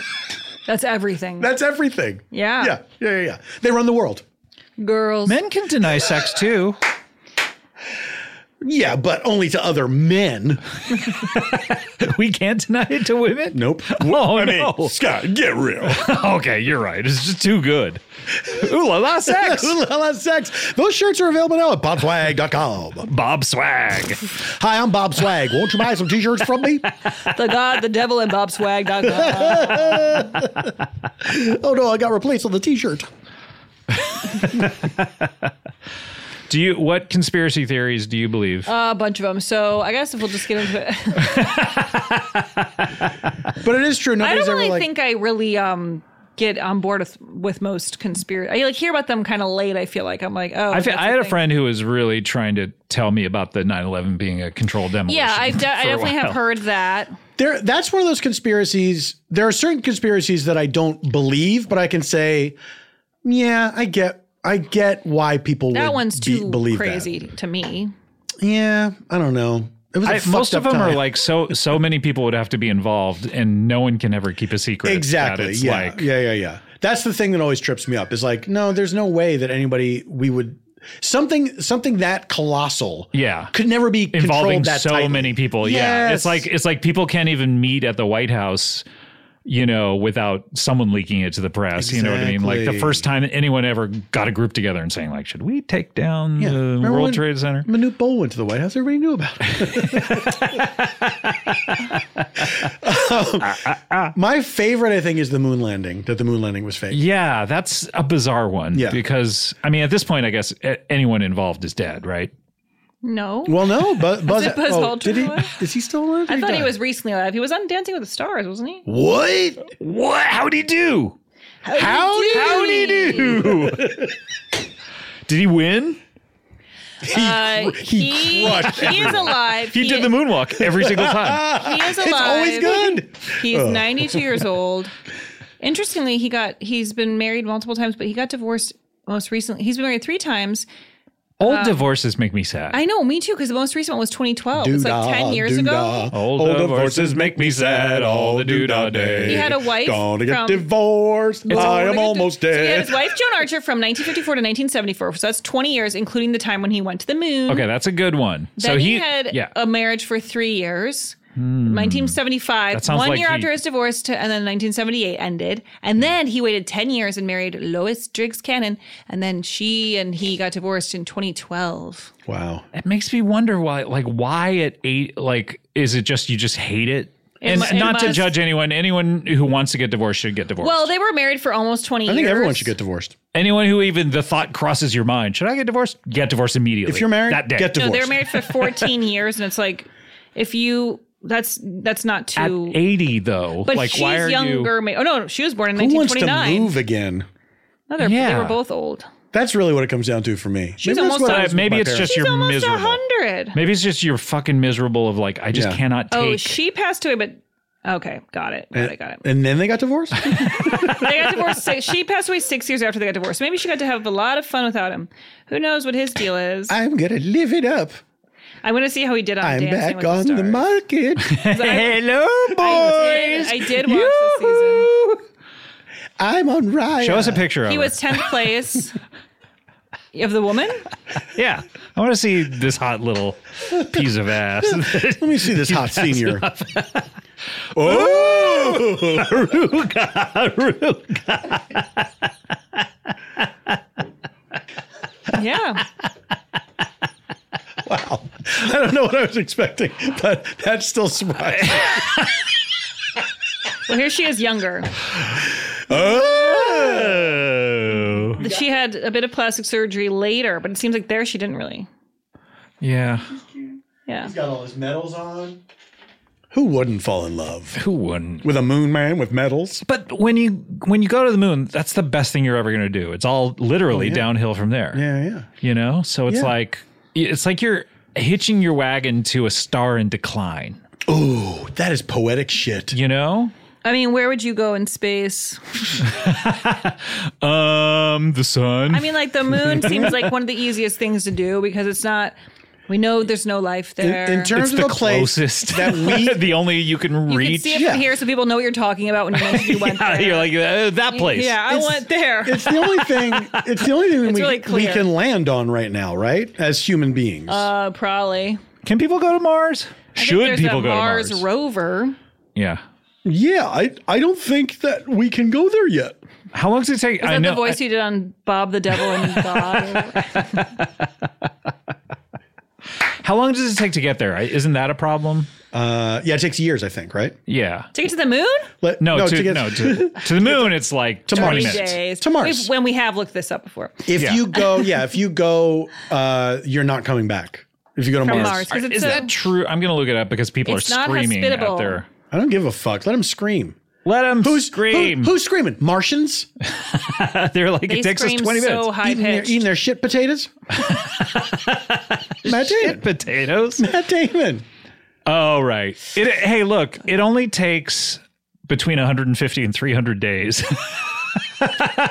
That's everything. That's everything. Yeah. Yeah. Yeah. Yeah. yeah. They run the world. Girls. Men can deny sex too. Yeah, but only to other men. we can't deny it to women. Nope. Oh I no, mean, Scott, get real. okay, you're right. It's just too good. Ooh la la sex. Ooh la la sex. Those shirts are available now at bobswag.com. Bob Swag. Hi, I'm Bob Swag. Won't you buy some t-shirts from me? the God, the Devil, and Bob Swag. dot com. Oh no, I got replaced on the t-shirt. Do you? What conspiracy theories do you believe? Uh, a bunch of them. So I guess if we'll just get into it. But it is true. I Nobody's don't ever really like think I really um get on board with, with most conspiracy. I like hear about them kind of late. I feel like I'm like oh. I, fe- that's I had a thing. friend who was really trying to tell me about the 9/11 being a controlled demolition. Yeah, I've de- I for a definitely have while. heard that. there that's one of those conspiracies. There are certain conspiracies that I don't believe, but I can say, yeah, I get I get why people That would one's be- too believe that. crazy to me. Yeah, I don't know. It was a I, fucked most of up them are time. like so. So many people would have to be involved, and no one can ever keep a secret. exactly. That it's Yeah, like yeah, yeah, yeah. That's the thing that always trips me up. Is like, no, there's no way that anybody we would something something that colossal yeah, could never be involving controlled that so tightly. many people. Yeah, Yes. it's like it's like people can't even meet at the White House. You know, without someone leaking it to the press, you know what I mean. Like the Exactly. first time anyone ever got a group together and saying, like, should we take down Yeah. the Remember World when- Trade Center? Manute Bowl went to the White House. Everybody knew about it. Um, my favorite, I think, is the moon landing. That the moon landing was fake. Yeah, that's a bizarre one. Yeah. Because, I mean, at this point, I guess a- anyone involved is dead, right? No. Well, no, but Buzz, it Buzz oh, did Aldrin? he? Is he still alive? or I thought he died? was recently alive. He was on Dancing with the Stars, wasn't he? What? What? How'd he do? Howdy, How'd he do? Did he win? Uh, he he, crushed is alive. He, did the moonwalk every single time. He is alive. It's always good. He's 92 years old. Interestingly, he got he's been married multiple times, but he got divorced most recently. He's been married three times. Old divorces make me sad. I know, me too, because the most recent one was 2012. it's like 10 years ago. Old, divorces make me sad all the doodah He day. had a wife Gonna get from- divorced. I am almost So he had dead. his wife Joan Archer from 1954 to 1974. So that's 20 years, including the time when he went to the moon. Okay, that's a good one. Then so he, he, had yeah. Hmm. a marriage for three years. 1975, That sounds one like year he- Hmm. after his divorce, to, and then 1978 ended. And then he waited 10 years and married Lois Driggs Cannon. And then she and he got divorced in 2012. Wow. It makes me wonder why, like, why at eight, like, is it just you just hate it? It and mu- it not to must- judge anyone, anyone who wants to get divorced should get divorced. Well, they were married for almost 20 I years. think everyone should get divorced. Anyone who even the thought crosses your mind, should I get divorced? Get divorced immediately. If you're married, that day. get No, divorced. they were married for 14 years. And it's like, if you, that's that's not At too. 80, though, but like she's why are younger. you? ma- oh, no, she was born in Who wants to 1929. move again? No, they're- They Yeah. were both old. That's really what it comes down to for me. She's that's almost what a- I Uh, was with maybe my it's parents. just you're She's almost miserable. 100. Maybe it's just you're fucking miserable. Of like, I just Yeah. cannot take. Oh, she passed away, but okay, got it, Eh. got it, got it. And then they got divorced. They got divorced. Six, she passed away six years after they got divorced. Maybe she got to have a lot of fun without him. Who knows what his deal is? I, I'm gonna live it up. want to see how he did on I'm Dancing back with the on the, Stars. market. 'Cause I, Hello, I boys. did, I did watch the season. I'm on Raya. Show us a picture of He her. was tenth place. Of the woman, yeah, I want to see this hot little piece of ass. Let me see this hot senior. Oh! yeah, Wow. I don't know what I was expecting, but that's still surprising. well, here she is, younger. oh, She had a bit of plastic surgery later, but it seems like there she didn't really. yeah. Yeah, got all his medals on. Who wouldn't fall in love? Who wouldn't? With a moon man with medals? But when you when you go to the moon, that's the best thing you're ever going to do. It's all literally Oh, yeah. downhill from there. Yeah, yeah. You know, so it's Yeah. like it's like you're hitching your wagon to a star in decline. Oh, that is poetic shit. You know, I mean, where would you go in space? um, the sun. I mean, like the moon seems like one of the easiest things to do because it's not. We know there's no life In, there. in terms it's of the a place closest that we the only you can you can reach. see it from here, so people know what you're talking about when you mention you went Yeah, there. you're like uh, that place. Yeah, I It's- went there. It's the only thing. It's the only thing It's we, really we clear. can land on right now, right? As human beings. Uh, probably. Can people go to I Mars? think Should there's people a go Mars to Mars? rover? yeah. yeah, I I don't think that we can go there yet. How long does it take? Is I that know. the voice you did on Bob the Devil and God? How long does it take to get there? I- Isn't that a problem? Uh, yeah, it takes years, I think, right? Yeah. Take it to the moon? Let- No, to, to get- no to, to the moon, it's like 20 Mars. Three minutes. days. To Mars. We've- when we have looked this up before. if yeah. you go, yeah, if you go, uh, you're not coming back. If you go to From Mars, Mars. 'Cause it's Is a- that true? I'm going to look it up because people It's are not screaming hospitable. out there. I don't give a fuck. Let them scream. Let them Who's scream. Who, who's screaming? Martians They're like, They it takes us scream 20 minutes. so high eating their, pitched. eating their shit potatoes. Matt Damon. Potatoes. Matt Damon. Oh, right. It, hey, look, it only takes between 150 and 300 days.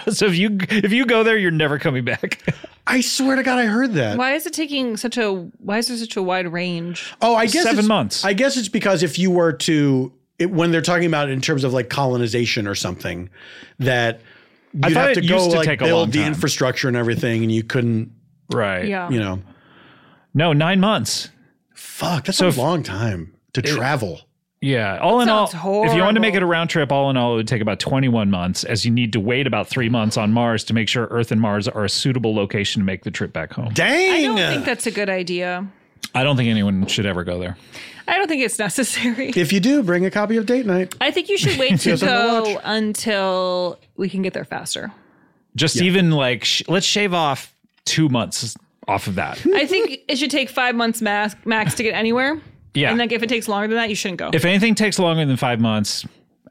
so if you if you go there, you're never coming back. I swear to God, I heard that. Why is it taking such a? Why is there such a wide range? Oh, I guess Seven it's- months. I guess it's because if you were to it, when they're talking about it in terms of like colonization or something, that you'd thought have to it go used to like take a long build the time. infrastructure and everything, and you couldn't, Right. Yeah. you know, No, nine months. fuck. That's So a if- long time to travel. Yeah. All in all, sounds if you want to make it a horrible. round trip, all in all, it would take about 21 months, as you need to wait about three months on Mars to make sure Earth and Mars are a suitable location to make the trip back home. I Dang. don't uh, think that's a good idea. I don't think anyone should ever go there. I don't think it's necessary. if you do, bring a copy of Date Night. I think you should wait to Yes, I'm gonna go watch. until we can get there faster. Just even like, sh- let's shave off two months off of that. I think it should take five months max, max to get anywhere. Yeah. And like if it takes longer than that, you shouldn't go. if anything takes longer than five months,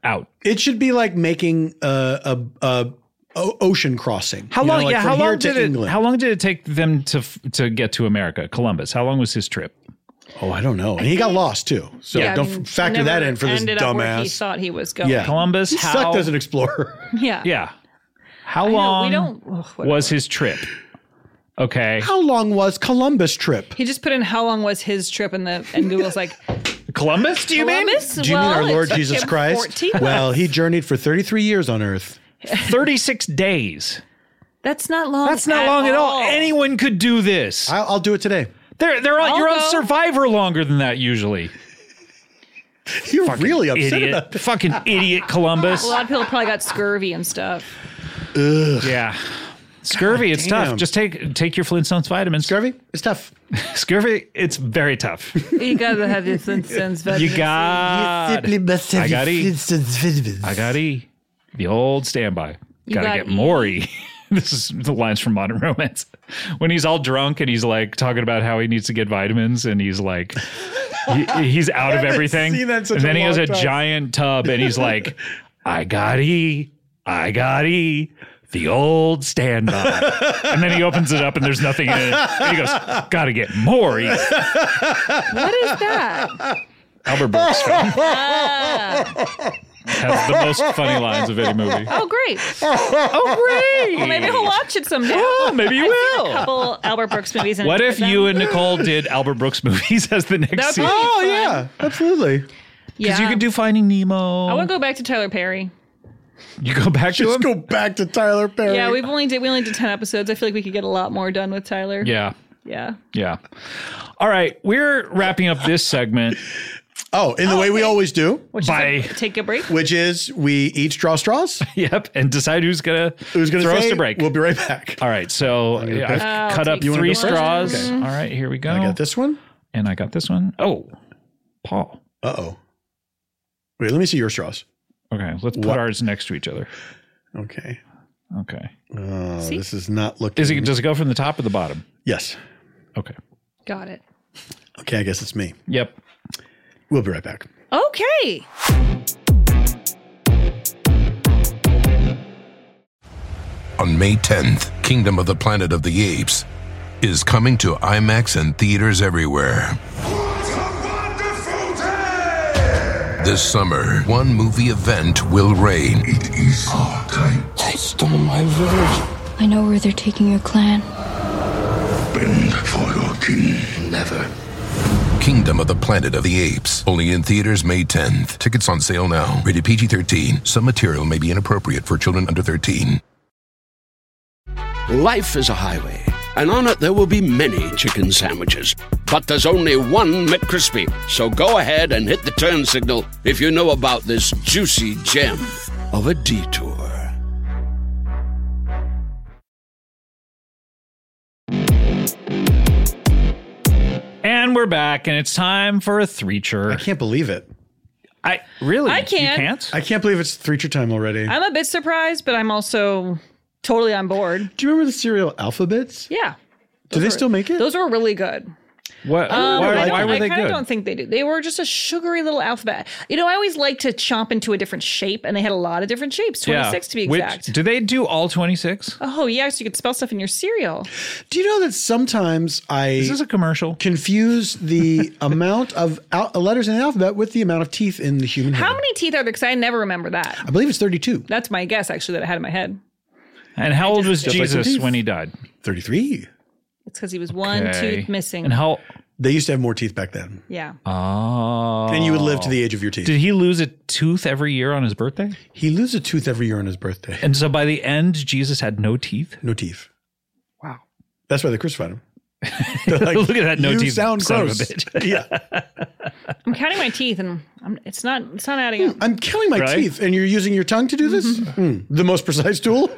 out. It should be like making a a, a, o- ocean crossing. How You know, long? like yeah. from How here long to did it? England. How long did it take them to f- to get to America? Columbus. How long was his trip? oh, I don't know. And he got lost too. So Yeah, I don't mean, f- factor never that in for this ended up where He dumbass. thought he was going. Yeah. Columbus. How? Sucked as an explorer. Yeah. yeah. How I know, long we don't. ugh, whatever. was his trip? Okay. how long was Columbus trip? He just put in how long was his trip in the and Google's like Columbus? Do you Columbus? Do you mean Well, our it Lord took Jesus him Christ? 14 Well, he journeyed for 33 years on earth. mean 36 days? That's not long. That's not long at all. Anyone could do this. I'll, I'll do it today. They're they're on, I'll you're on go. Survivor longer than that usually. You're really upset about Idiot. this. Fucking idiot Columbus. A lot of people probably got scurvy and stuff. yeah. Scurvy, it's damn. tough. Just take take your Flintstones vitamins. Scurvy? It's tough. Scurvy, it's very tough. You gotta have your Flintstones. You got must I got E. vitamins. I got E. The old standby. Gotta got get E. Maury. this is the lines from Modern Romance. When he's all drunk and he's like talking about how he needs to get vitamins and he's like, he- he's out of everything. seen that in such and a then he has long a time. giant tub and he's like, I got E. I got E. The old standby. and then he opens it up and there's nothing in it. And he goes, Gotta get E." Maury. What is that? Albert Brooks film. Has the most funny lines of any movie. Oh, great. Oh, great. Well, maybe I'll watch it someday. Oh, maybe you I've seen a will. couple Albert Brooks movies. And What enjoyed if you them. and Nicole did Albert Brooks movies as the That next would season? probably be Oh, fun. yeah. Absolutely. Because yeah. you could do Finding Nemo. I want to go back to Tyler Perry. you go back to him. Just go back to Tyler Perry. Yeah, we've only did we only did ten episodes. I feel like we could get a lot more done with Tyler. Yeah. Yeah. Yeah. All right. We're wrapping up this segment oh, in the way we always do, Which by, is a, take a break. which is we each draw straws. yep, and decide who's going to Who's going to throw say, us to break. We'll be right back. All right. So gonna I've pick- cut I'll up Oh, take You wanna three go first? straws. Okay. All right. Here we go. Oh. I got this one. And I got this one. Oh, Paul. Uh oh. Wait, let me see your straws. Okay. Let's put What? ours next to each other. Okay. Okay. Oh, See? this is not looking. Is it, does it go from the top or the bottom? yes. Okay. Got it. Okay, I guess it's me. Yep. We'll be right back. Okay. On May 10th, Kingdom of the Planet of the Apes is coming to IMAX and theaters everywhere. This summer, one movie event will reign. It is our time. They stole my village. I know where they're taking your clan. Bend for your king. Never. Kingdom of the Planet of the Apes. Only in theaters May 10th. Tickets on sale now. Rated PG 13. Some material may be inappropriate for children under 13. Life is a highway, and on it there will be many chicken sandwiches. But there's only one McCrispy. So go ahead and hit the turn signal if you know about this juicy gem of a detour. And we're back, and it's time for a threacher. I can't believe it. I really. I You can't. can't. I can't believe it's threacher time already. I'm a bit surprised, but I'm also totally on board. Do you remember the cereal Alphabets? Yeah. Do they still make it? Those were really good. What? Um, why, I why don't- were they I kind good? of don't think they do. They were just a sugary little alphabet. You know, I always like to chomp into a different shape, and they had a lot of different shapes, 26 to be Which- exact. do they do all twenty six? oh, yeah, so you could spell stuff in your cereal. Do you know that sometimes I Is this a commercial? confuse the amount of al- uh, letters in the alphabet with the amount of teeth in the human How head? many teeth are there? Because I never remember that. I believe it's 32. That's my guess, actually, that I had in my head. And how old was Just like the Jesus teeth. when he died? 33. It's because he was one Okay. tooth missing. And how? They used to have more teeth back then. yeah. Oh. And you would live to the age of your teeth. Did he lose a tooth every year on his birthday? he loses a tooth every year on his birthday. And so by the end, Jesus had no teeth. No teeth. Wow. That's why they crucified him. They're like, Look at that no you teeth sound son of a gross. bitch. yeah. I'm counting my teeth, and I'm, it's not it's not adding up. Hmm. I'm counting my Right? teeth, and you're using your tongue to do this? Hmm. The most precise tool?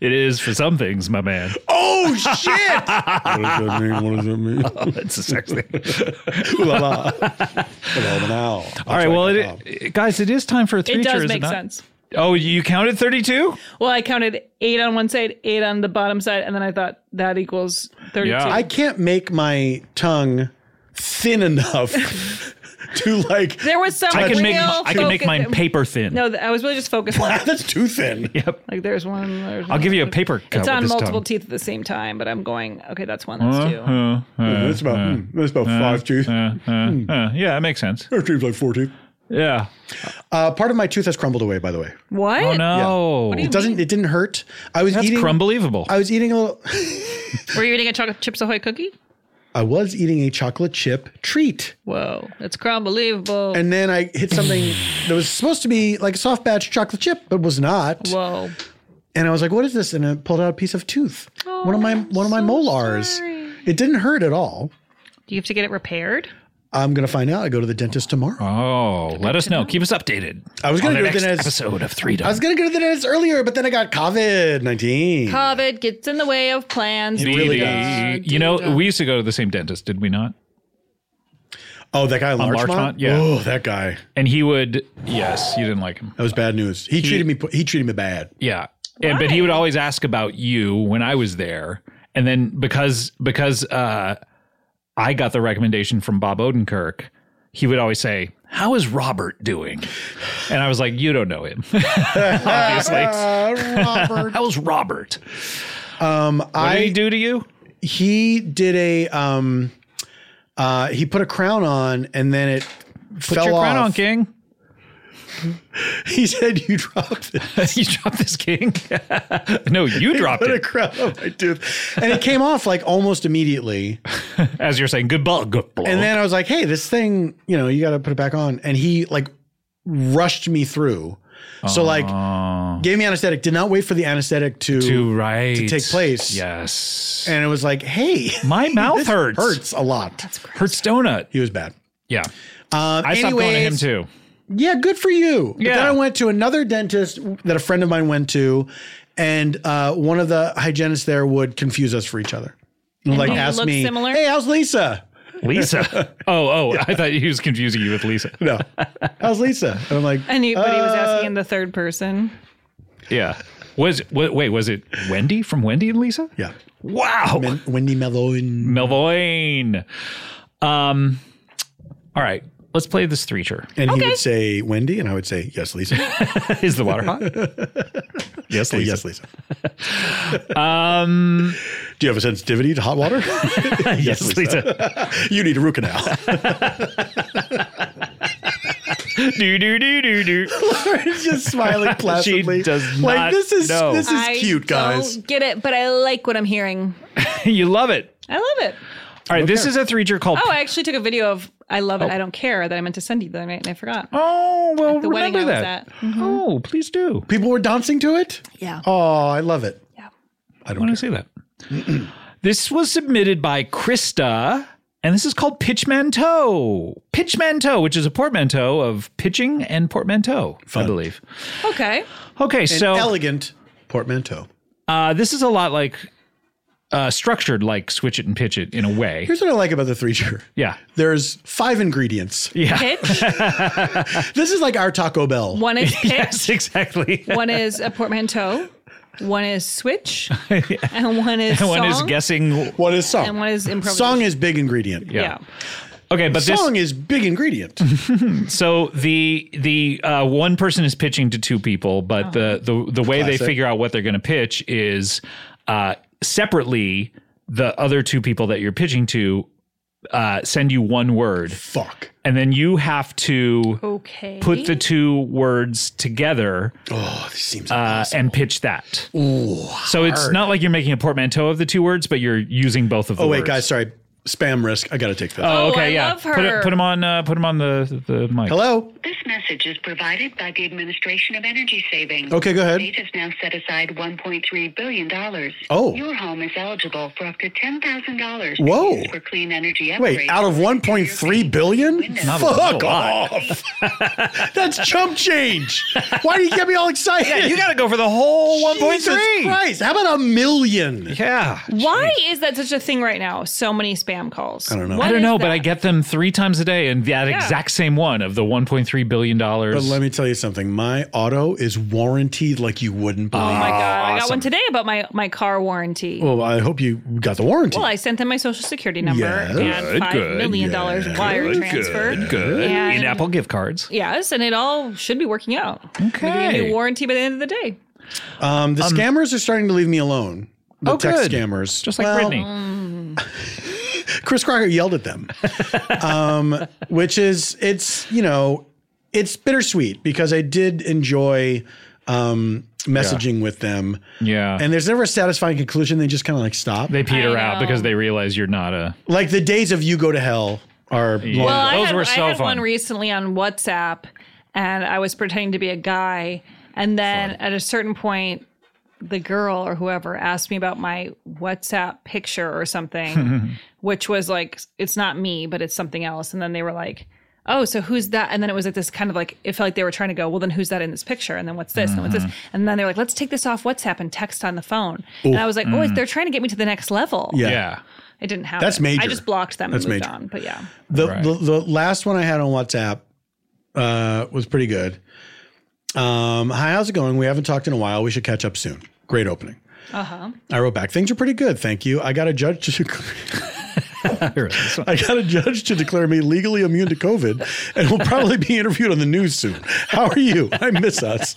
It is for some things, my man. Oh, shit! what does that mean? What does that mean? It's a sex thing. Ooh la la. Phenomenal. All right. Well, it, it- guys, it is time for a three. It does make sense. Oh, you counted thirty-two. Well, I counted eight on one side, eight on the bottom side, and then I thought that equals 32. Yeah. I can't make my tongue thin enough to like. there was some I can real make my- I can make focus- mine paper thin. No, th- I was really just focused on Ah, That's too thin. like there's one. There's I'll give you a paper cut. It's with on this multiple tongue. Uh-huh. teeth at the same time, but I'm going. Okay, that's one. That's two. That's about mm, that's about five teeth. Uh, yeah, that makes sense. That seems like four teeth. Yeah. Uh, part of my tooth has crumbled away. By the way, What? Oh no. What do you it doesn't. It didn't hurt. I was That's eating. crumbelievable. I was eating a. little- Were you eating a chocolate chips ahoy cookie? I was eating a chocolate chip treat, Whoa, that's unbelievable. and then I hit something that was supposed to be like a soft batch chocolate chip, but was not. Whoa. And I was like, "What is this?" And I pulled out a piece of tooth. One of my one of my molars. It didn't hurt at all. Do you have to get it repaired? I'm gonna find out. I go to the dentist tomorrow. oh, let us know. Keep us updated. I was gonna on do it the next then as- episode of Three I was Dogs. gonna go to the dentist earlier, but then I got COVID nineteen. COVID gets in the way of plans. It really does. You know, we used to go to the same dentist, did we not? oh, that guy in On Larchmont. Larchmont, yeah. Oh, that guy. And he would. Yes, you didn't like him. That was bad news. He, treated me. He treated me bad. Yeah. And, but he would always ask about you when I was there. And then because because uh, I got the recommendation from Bob Odenkirk, he would always say, How is Robert doing? And I was like, You don't know him. Obviously. Robert. How's Robert? um, What did he I do to you? he did a um, uh, he put a crown on and then it Put fell your crown off. on, King. He said you dropped it. you dropped this king. no, you dropped Put a it. crown on my tooth, and it came off like almost immediately. As you're saying, good ball, good blow. And then I was like, hey, this thing, you know, you got to put it back on. And he like rushed me through. So like gave me anesthetic, did not wait for the anesthetic to, Oh. to right to take place. Yes. and it was like, hey, My mouth this hurts. Hurts a lot. Hurts donut. He was bad. Yeah. Um, I stopped going to him anyways, too. Yeah, good for you. But Yeah. then I went to another dentist that a friend of mine went to, and uh, one of the hygienists there would confuse us for each other. like Mm-hmm. you ask look me, similar? hey, how's Lisa? Lisa. oh, oh, I thought he was confusing you with Lisa. No, how's Lisa? And I'm like, Anybody uh, was asking in the third person. Yeah. Was wa- wait, was it Wendy from Wendy and Lisa? yeah, Wow. Men- Wendy Malone. Melvoin. Um all right. Let's play this threecher. And he would say Wendy, and I would say yes, Lisa. Is the water hot? yes, Lisa. Yes, Lisa. Um, Do you have a sensitivity to hot water? Yes, you need a root canal. do do do do do. Lauren's just smiling placidly. She does not. like this is know. this is I cute, guys. Don't get it, but I like what I'm hearing. you love it. I love it. All right, this is a threecher called. Oh, I actually took a video of I love it. I don't care that I meant to send you the other night and I forgot. Oh, well, At the wedding remember I was that. at. Oh, please do. People were dancing to it. Yeah. Oh, I love it. I don't want to say that. this was submitted by Krista, and this is called Pitchmanteau. Pitchmanteau, which is a portmanteau of pitching and portmanteau, I believe. Oh, Okay. Okay, An so elegant portmanteau. uh, this is a lot like uh, structured, like switch it and pitch it in a way. Here's what I like about the threesher. Yeah, There's five ingredients. yeah. Pitch. This is like our Taco Bell. One is pitch. yes, exactly. One is a portmanteau. One is switch. And one is One is song, guessing. What is song? And one is improvisation. Song is big ingredient. Yeah. Okay, but this song is big ingredient. So the the uh, one person is pitching to two people, but the Oh. the the way they Classic. figure out what they're going to pitch is uh, separately. The other two people that you're pitching to uh, send you one word, Fuck. and then you have to Okay. put the two words together Oh, this seems. uh, and pitch that. so it's not like you're making a portmanteau of the two words, but you're using both of. the oh wait, words. guys, sorry. Spam risk. I gotta take that. Oh, Oh, okay, I yeah. love Put it, her. put 'em on. Uh, put 'em on the the mic. Hello. This message is provided by the Administration of Energy Savings. Okay, go ahead. State has now set aside $1.3 billion. Oh. Your home is eligible for up to $10,000 Whoa. for clean energy upgrades. Wait, out of 1.3 billion? Not a- not a Fuck lot. off. That's chump change. Why do you get me all excited? Yeah, you got to go for the whole one point Jesus three. Christ. How about a million? Yeah. Why is that such a thing right now? So many spam calls. I don't know. I don't know, but I get them three times a day, and that exact same one of the 1.3 billion But dollars. let me tell you something. My auto is warranted like you wouldn't Ah. believe. Oh my god! I got one today about my my car warranty. well, I hope you got the warranty. Well, I sent them my social security number Yeah. and five million dollars wire transfer. Good. And- In Apple gift cards. Yes, and it all should be working out. Maybe a Okay. new warranty by the end of the day. um, the scammers are starting to leave me alone. The Oh, text good. scammers. Just like Well, Mm. Brittany. Chris Crocker yelled at them, um, which is it's you know it's bittersweet because I did enjoy um, messaging with them, Yeah. and there's never a satisfying conclusion. They just kind of like stop. they peter I out know. because they realize you're not a. like the days of you go to hell are long Well, I Those had, were I so had fun. one recently on WhatsApp, and I was pretending to be a guy, and then at a certain point, the girl or whoever asked me about my WhatsApp picture or something, which was like, it's not me, but it's something else. And then they were like, oh, so who's that? And then it was like this kind of like, it felt like they were trying to go, well, then who's that in this picture? And then what's this? And what's this? Mm-hmm. And then they're like, let's take this off WhatsApp and text on the phone. And I was like, oh, they're trying to get me to the next level. Mm. Yeah. Yeah. It didn't happen. That's major. I just blocked them That's and moved major. on. But yeah. The, the the last one I had on WhatsApp uh, was pretty good. Um, hi, how's it going? We haven't talked in a while. We should catch up soon. Great opening. Uh huh. I wrote back. Things are pretty good, thank you. I got a judge to I got a judge to declare me legally immune to COVID, and will probably be interviewed on the news soon. How are you? I miss us.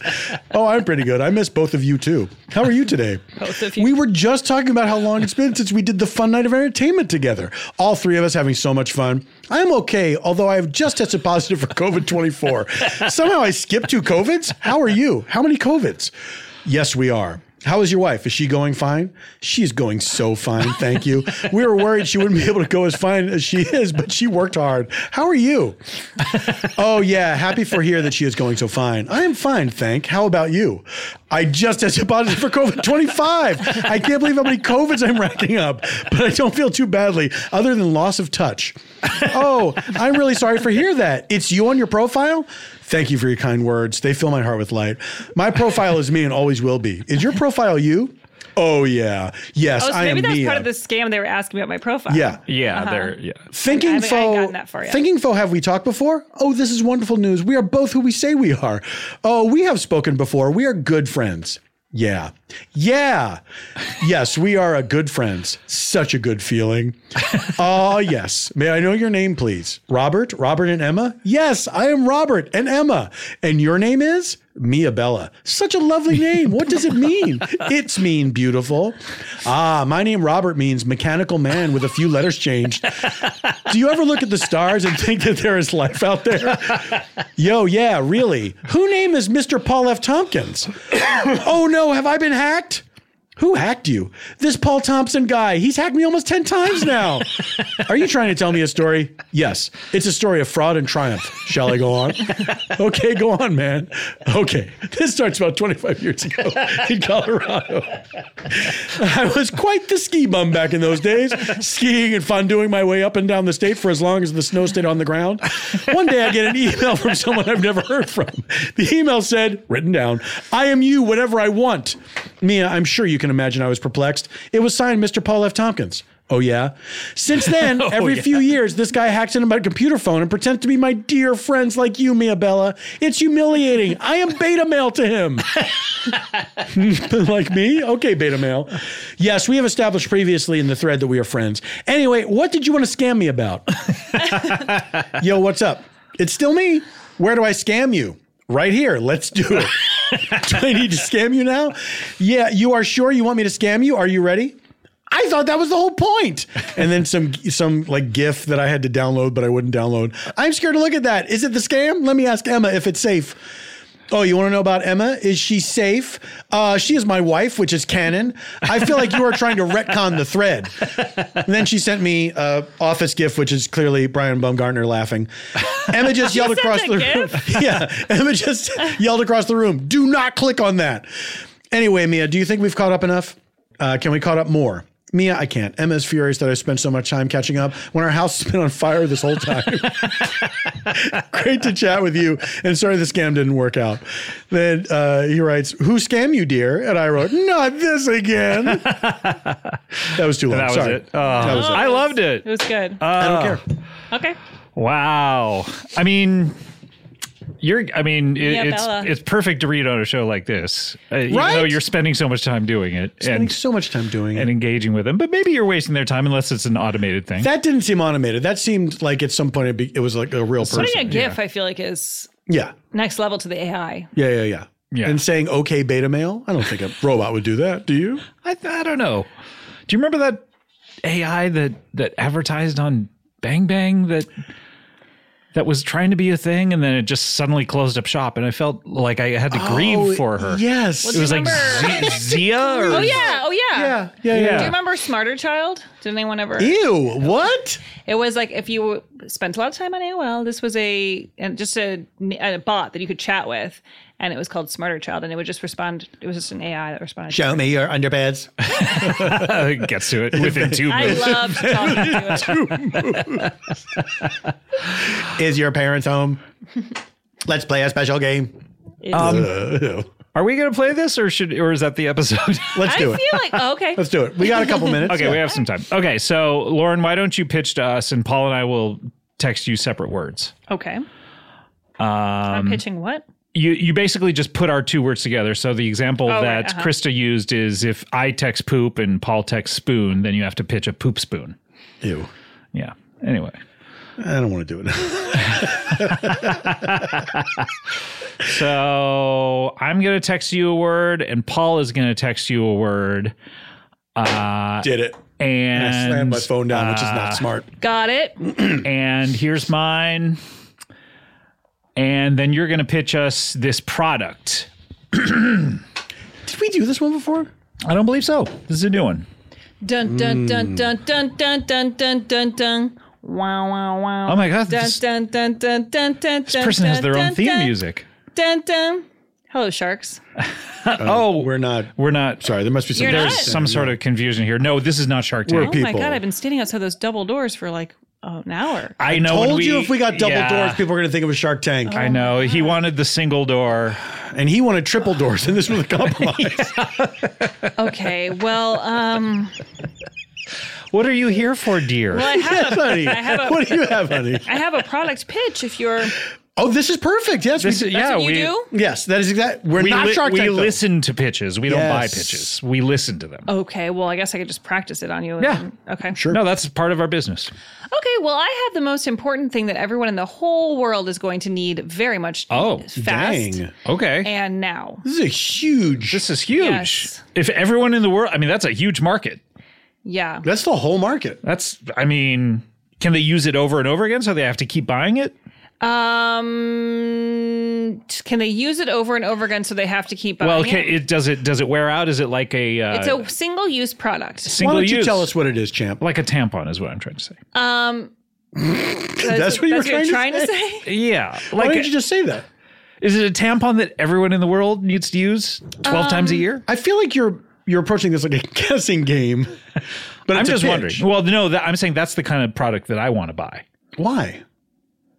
Oh, I'm pretty good. I miss both of you too. How are you today? Both of you. We were just talking about how long it's been since we did the fun night of entertainment together. All three of us having so much fun. I'm okay, although I have just tested positive for COVID 24. Somehow I skipped two COVIDs. How are you? How many COVIDs? Yes, we are. How is your wife? Is she going fine? She's going so fine, thank you. We were worried she wouldn't be able to go as fine as she is, but she worked hard. How are you? Oh yeah, happy for here that she is going so fine. I am fine, thank. How about you? I just tested positive for COVID twenty five. I can't believe how many covids I'm racking up, but I don't feel too badly, other than loss of touch. Oh, I'm really sorry for hear that. It's you on your profile. Thank you for your kind words. They fill my heart with light. My profile is me and always will be. Is your profile you? Oh yeah, yes, Oh, so I maybe am that's me. part of the scam they were asking me about my profile. yeah. Yeah. Uh-huh. They're, yeah. I Thinking haven't- I ain't foe, gotten that far yet. thinking foe, have we talked before? Oh, this is wonderful news. We are both who we say we are. Oh, we have spoken before. We are good friends. Yeah. Yeah. Yes, we are a good friends. Such a good feeling. Oh, yes. May I know your name, please? Robert? Robert and Emma? Yes, I am Robert and Emma. And your name is? Mia Bella. Such a lovely name. What does it mean? It's mean beautiful. Ah, my name Robert means mechanical man with a few letters changed. Do you ever look at the stars and think that there is life out there? Yo, yeah, really. Who name is Mr. Paul F. Tompkins? oh no, have I been hacked? Who hacked you? This Paul Thompson guy. He's hacked me almost 10 times now. Are you trying to tell me a story? Yes. It's a story of fraud and triumph. Shall I go on? Okay, go on, man. Okay. This starts about 25 years ago in Colorado. I was quite the ski bum back in those days, skiing and fondueing my way up and down the state for as long as the snow stayed on the ground. One day I get an email from someone I've never heard from. The email said, written down, I am you, whatever I want. Mia, I'm sure you can imagine I was perplexed. It was signed Mr. Paul F. Tompkins. Oh, yeah. Since then, Oh, every yeah. few years, this guy hacks into my computer phone and pretends to be my dear friends like you, Mia Bella. It's humiliating. I am beta male to him. like me? Okay, beta male. Yes, we have established previously in the thread that we are friends. Anyway, what did you want to scam me about? Yo, what's up? It's still me. Where do I scam you? Right here. Let's do it. do I need to scam you now? Yeah, you are sure you want me to scam you? Are you ready? I thought that was the whole point. And then some some like GIF that I had to download, but I wouldn't download. I'm scared to look at that. Is it the scam? Let me ask Emma if it's safe. Oh, you want to know about Emma? Is she safe? Uh, she is my wife, which is canon. I feel like you are trying to retcon the thread. And then she sent me uh, office GIF, which is clearly Brian Baumgartner laughing. Emma just You yelled sent across a the room. yeah, Emma just yelled across the room. Do not click on that. Anyway, Mia, do you think we've caught up enough? Uh, can we caught up more? Mia, I can't. Emma is furious that I spent so much time catching up when our house has been on fire this whole time. Great to chat with you. And sorry the scam didn't work out. Then uh, he writes, Who scam you, dear? And I wrote, Not this again. that was too long. That was sorry. it. Oh, That was it. Oh. I loved it. It was good. I don't care. Okay. Wow. I mean, you're. I mean, it, Yeah, it's Bella. it's perfect to read on a show like this, uh, Even though Right? you're spending so much time doing it Spending and so much time doing and it. engaging with them, but maybe you're wasting their time unless it's an automated thing. That didn't seem automated. That seemed like at some point it, be, it was like a real person. Putting a GIF, I feel like, is Yeah. next level to the AI. Yeah, yeah, yeah. Yeah. And saying okay beta male? I don't think a robot would do that, do you? I, th- I don't know. Do you remember that AI that that advertised on Bang Bang that that was trying to be a thing and then it just suddenly closed up shop and I felt like I had to Oh, grieve for her. yes. Well, it do was you like Z- Zia. Or, Oh yeah, oh yeah. Yeah, yeah, yeah. E- Do you remember Smarter Child? Did anyone ever? Ew, what? It was like if you spent a lot of time on AOL, this was a and just a, a bot that you could chat with, and it was called Smarter Child, and it would just respond. It was just an AI that responded. to me your underpads. Gets to it within two I minutes. loved talking to it. Is your parents home? Let's play a special game. Um, Ew. Are we gonna play this, or should, or is that the episode? Let's I do it. feel like oh, okay. Let's do it. We got a couple minutes. Okay, Yeah. we have some time. Okay, so Lauren, why don't you pitch to us, and Paul and I will text you separate words. Okay. I'm Um, pitching what? you you basically just put our two words together. So the example Oh, right, that uh-huh. Krista used is if I text poop and Paul text spoon, then you have to pitch a poop spoon. Ew. Yeah. Anyway, I don't want to do it. so I'm gonna text you a word, and Paul is gonna text you a word. Uh, Did it. and uh, I slammed my phone down, which is not smart. Got it. and here's mine. And then you're going to pitch us this product. Did we do this one before? I don't believe so. This is a new one. Dun dun dun Mm. dun dun dun dun dun dun dun. Wow wow wow. Oh my God, Dun this- dun dun dun dun dun. This person has their own theme music. Dun dun. Hello sharks. oh, we're not. We're not. Sorry, there must be You're some. not? There's some sort of confusion here. No, this is not Shark Tank. oh my god, I've been standing outside those double doors for like uh, an hour. I know. when Told you if we got double yeah. Oh. doors, people were going to think it was Shark Tank. I know. He wanted the single door. And he wanted triple doors, and this was a compromise. Okay, well, um, What are you here for, dear? well, I have, Yes, honey. a, I have a, what do you have, honey? I have a product pitch. If you're Oh, this is perfect. Yes, This is- That's yeah, what you we- Yes, that is exactly. We're we not li- Shark We Tank. though. listen to pitches. We don't buy Yes. Oh. pitches. We listen to them. Okay, well, I guess I could just practice it on you. and- Yeah. Okay. No, that's part of our business. Okay, well, I have the most important thing that everyone in the whole world is going to need very much Oh, fast. Okay. And now. This is a huge. This is huge. Yes. If everyone in the world, I mean, that's a huge market. Yeah. That's the whole market. That's, I mean, can they use it over and over again so they have to keep buying it? Um, t- can they use it over and over again so they have to keep buying well, can, it? it does it does it wear out? Is it like a uh, It's a single use product. single Why don't you use? tell us what it is, champ? Like a tampon is what I'm trying to say. Um, That's what you were you're trying to say? Yeah. Like, Why didn't you just say that? is it a tampon that everyone in the world needs to use twelve times a Um, year? I feel like you're you're approaching this like a guessing game. But I'm it's a just pitch. wondering. Well, no, that, I'm saying that's the kind of product that I want to buy why.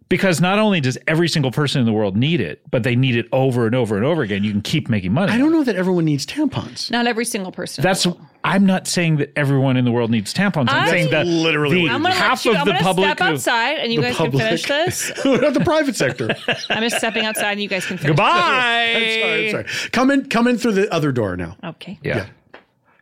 because not only does every single person in the world need it, but they need it over and over and over again. You can keep making money. I don't know that everyone needs tampons. Not every single person. That's. I'm not saying that everyone in the world needs tampons. I'm, I- saying that Literally the what it I'm gonna let half you, of I'm the gonna public. step who- outside, and you the guys public. can finish this. Not the private sector. I'm just stepping outside, and you guys can finish. Goodbye. I'm sorry. I'm sorry. Come in. Come in through the other door now. This. Okay. Yeah.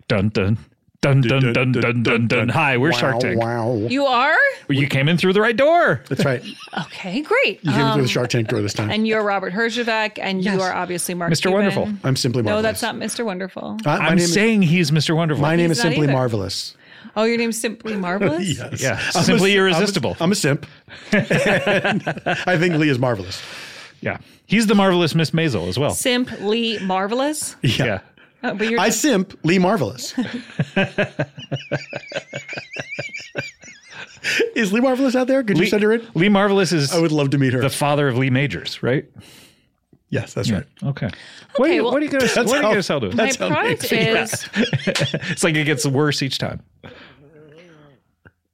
Dun dun. Dun dun dun dun dun dun. Hi, we're Shark Tank. Wow. wow. You are You came in through the right door. That's right. okay. Great. You came Um, through the Shark Tank door this time. and you're Robert Herjavec, and you are obviously Mark. Mr. Cuban. Wonderful. I'm simply No, marvelous. that's not Mr. Wonderful. Uh, my I'm name is- saying he's Mr. Wonderful. My name He's is not simply either. marvelous. Oh, your name's simply marvelous. Yes. Yeah, simply si- irresistible. I'm a, I'm a simp. And I think Lee is marvelous. yeah, he's the marvelous Miss Maisel as well. Simply marvelous. Yeah. Oh, but you're I simp Lee marvelous. is Lee marvelous out there? Could Lee, you send her in? Lee Marvelous is I would love to meet her. the father of Lee Majors, right? yes, that's right. Okay. what, are you, well- what are you going to That's how- sell to him? my That's how product they is It's like it gets worse each time.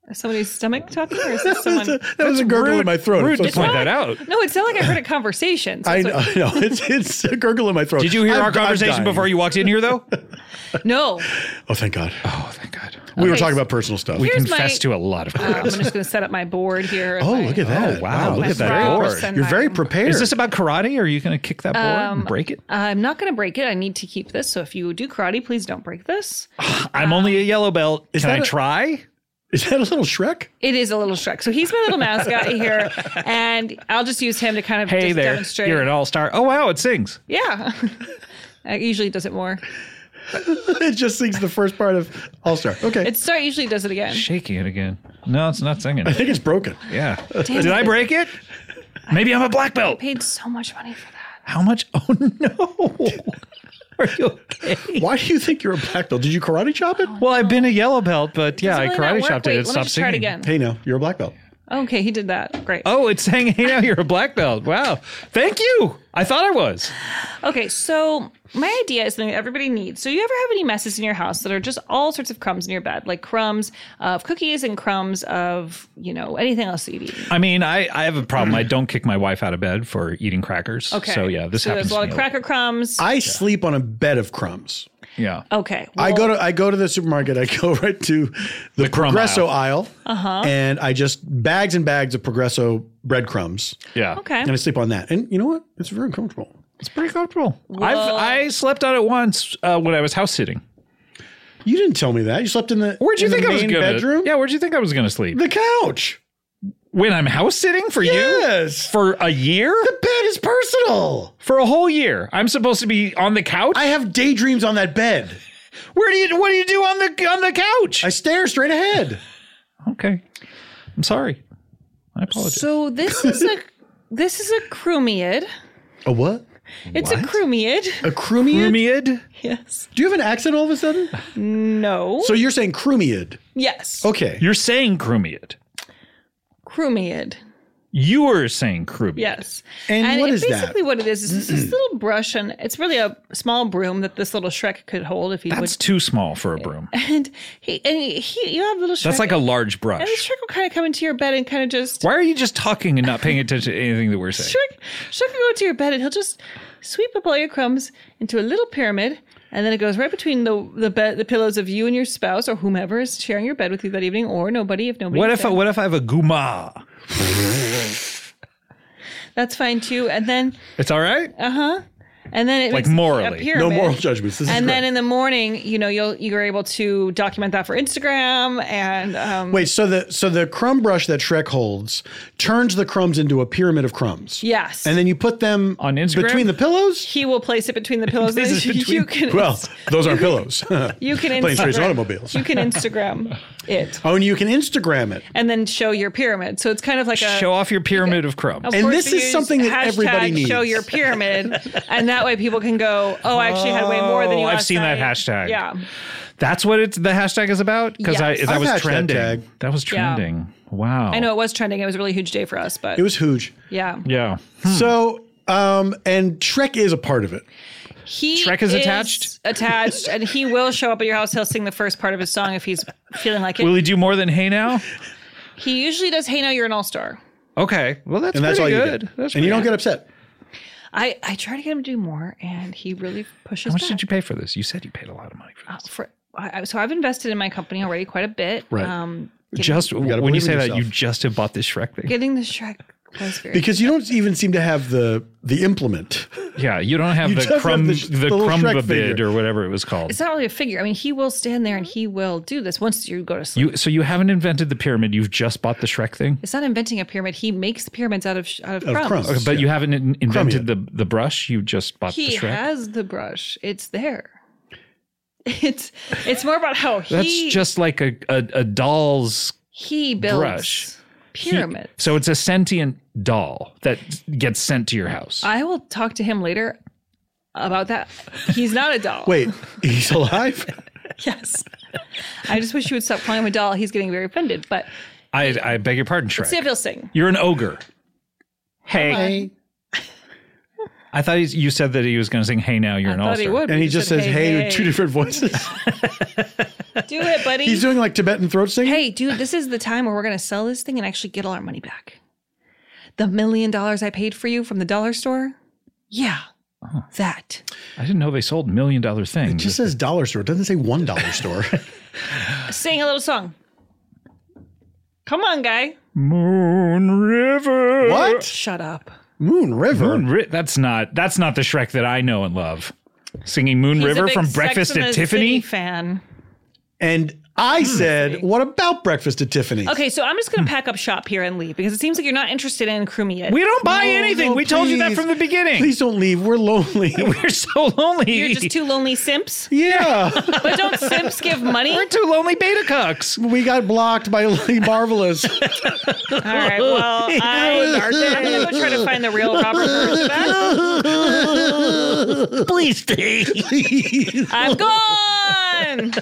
is somebody's stomach talking, or is this someone? That was a gurgle in my throat. I'm Rude so to sorry. point that out. No, it sounded like I heard a conversation. So I it's know, like- I know. It's, it's a gurgle in my throat. Did you hear I'm- our I'm conversation dying. before you walked in here, though? no. Oh, thank God. oh, thank God. We were Okay, talking so- about personal stuff. We Here's my- confess to a lot of Uh, crap. I'm just going to set up my Uh, board here. oh, look at that. Oh, wow, this look at is that very- board. and You're my- very prepared. Is this about karate? Or are you going to kick that board Um, and break it? I'm not going to break it. I need to keep this. So if you do karate, please don't break this. I'm only a yellow belt. Is Can I that a- try? Is that a little Shrek? It is a little Shrek. So he's my little mascot here, and I'll just use him to kind of Hey just there, demonstrate. you're an all star. Oh wow, it sings. yeah. it usually does it more. it just sings the first part of All Star. Okay. It start usually does it again. Shaking it again. No, it's not singing. I think it's broken. Yeah. Did I break it? Maybe I'm a black belt. Paid so much money for that. How much? Oh no. Are you okay? Why do you think you're a black belt? Did you karate chop it? Well, I've been a yellow belt, but yeah, Does I it really karate not work? chopped it. Wait, It let me stopped just try it singing. again. Hey, no, you're a black belt. Okay, he did that. Great. Oh, it's saying, "Hey, now you're a black belt." Wow. Thank you. I thought I was. Okay, so my idea is something that everybody needs. So, you ever have any messes in your house that are just all sorts of crumbs in your bed, like crumbs of cookies and crumbs of you know anything else that you've eaten? I mean, I, I have a problem. I don't kick my wife out of bed for eating crackers. Okay. So yeah, this so happens. There's a lot to of me cracker crumbs. I sleep on a bed of crumbs. Yeah. okay. I well, go to I go to the supermarket. I go right to the, crumb Progresso aisle, Uh-huh. and I just bags and bags of Progresso breadcrumbs, Yeah. Okay. and I sleep on that. And you know what? It's very uncomfortable. It's pretty comfortable. I've I slept on it once uh, when I was house sitting. You didn't tell me that. You slept in the Where'd you in the think I was main gonna? bedroom? Yeah, where'd you think I was gonna sleep? the couch. When I'm house sitting for you Yes, for a year, the bed is personal. for a whole year, I'm supposed to be on the couch. I have daydreams on that bed. Where do you? What do you do on the on the couch? I stare straight ahead. okay, I'm sorry. I apologize. So this is a this is a crumiad. A what? It's a crumiad. A crewmiad? Rumiad? Yes. Do you have an accent all of a sudden? No. So you're saying crewmiad? yes. Okay. You're saying Crumiad. Crumiad. You are saying Crumiad. Yes. And what it is that? basically what it is is this little brush and it's really a small broom that this little Shrek could hold if he That's would. too small for a broom. And he and he you have little Shrek. That's like a large and the brush. Shrek will kind of come into your bed and kind of just Why are you just talking and not paying attention to anything that we're saying? Shrek Shrek will go into your bed and he'll just sweep up all your crumbs into a little pyramid. And then it goes right between the the bed, the pillows of you and your spouse, or whomever is sharing your bed with you that evening, or nobody if nobody. What if there. what if I have a guma? That's fine too. And then, It's all right. uh huh. And then it Like makes a morally. pyramid. No moral judgments. This is and great. then in the morning, you know, you'll you're able to document that for Instagram and um, Wait, so the so the crumb brush that Shrek holds turns the crumbs into a pyramid of crumbs. Yes. And then you put them on Instagram between the pillows? He will place it between the pillows. and Places then between- you can well, those aren't pillows. you can Planes, trains, and Instagram- automobiles. You can Instagram it Oh, and you can Instagram it. and then show your pyramid. So it's kind of like a Show off your pyramid of crumbs. Of course, we use hashtag Show your pyramid, and that way people can go, "Oh, I actually had way more than you." Oh, I've last seen that night." hashtag. Yeah, That's what it's the hashtag is about because I Yes. that I've was hashtag trending. tag. That was Yeah. trending. Wow. I know it was trending. It was a really huge day for us, but It was huge. Yeah, Yeah. Hmm. So, um, and Shrek is a part of it. he Shrek is attached? attached, and he will show up at your house. He'll sing the first part of his song if he's feeling like it. Will he do more than hey now? He usually does. Hey, now you're an all star. Okay. Well, that's and that's all pretty you get. good. That's and you don't pretty good. get upset. I I try to get him to do more, and he really pushes. How much back. did you pay for this? You said you paid a lot of money for Uh, for, I, I- so I've invested in my company already quite a bit. Um, Right. getting- this. Just gotta when you believe say in that, you yourself. just have bought this Shrek thing. getting the Shrek was very Because you don't even seem to have the the implement. Yeah, you don't have You just the have crumb, the the, sh- the little crumb Shrek of bid figure. or whatever it was called. It's not really a figure. I mean, he will stand there and he will do this once you go to sleep. You so you haven't invented the pyramid. You've just bought the Shrek thing, it's not inventing a pyramid. He makes the pyramids out of sh- out of, Of crumbs. crumbs, Okay, but you haven't in- invented the the brush. You just bought He the Shrek. has the brush. It's there. It's it's more about how That's he just like a a, a doll's he builds brush. He- pyramids. so it's a sentient doll that gets sent to your house. I will talk to him later about that. He's not a doll. Wait, he's alive? Yes. I just wish you would stop calling him a doll. He's getting very offended. But I I beg your pardon, Shrek. let's see if he'll sing. You're an ogre. Hey. Hi. I thought he's, you said that he was going to sing "Hey Now You're an thought he All-Star." would, And but he he just said, says, "Hey, "Hey, with two hey." different voices. Do it, buddy. He's doing like Tibetan throat singing. hey, dude, this is the time where we're going to sell this thing and actually get all our money back. The million dollars I paid for you from the dollar store? Yeah. Uh-huh. That. I didn't know they sold million dollar things. It just says dollar store. It doesn't say one dollar store. Sing a little song. Come on, guy. Moon River. Shut up. Moon River. Moon Ri- that's not that's not the Shrek that I know and love. Singing Moon He's a River big from Sex Breakfast and at the City Tiffany. fan. And I said, what about breakfast at Tiffany's? Okay, so I'm just going to pack up shop here and leave because it seems like you're not interested in Krumi yet. Hmm. We don't buy anything. no, we told you that please. from the beginning. Please don't leave. We're lonely. We're so lonely. You're just two lonely simps. yeah. But don't simps give money? We're two lonely beta cucks. we got blocked by Lily Marvelous. All right, well, I, I'm going to go try to find the real Robert Kurzban. Please stay. I'm gone.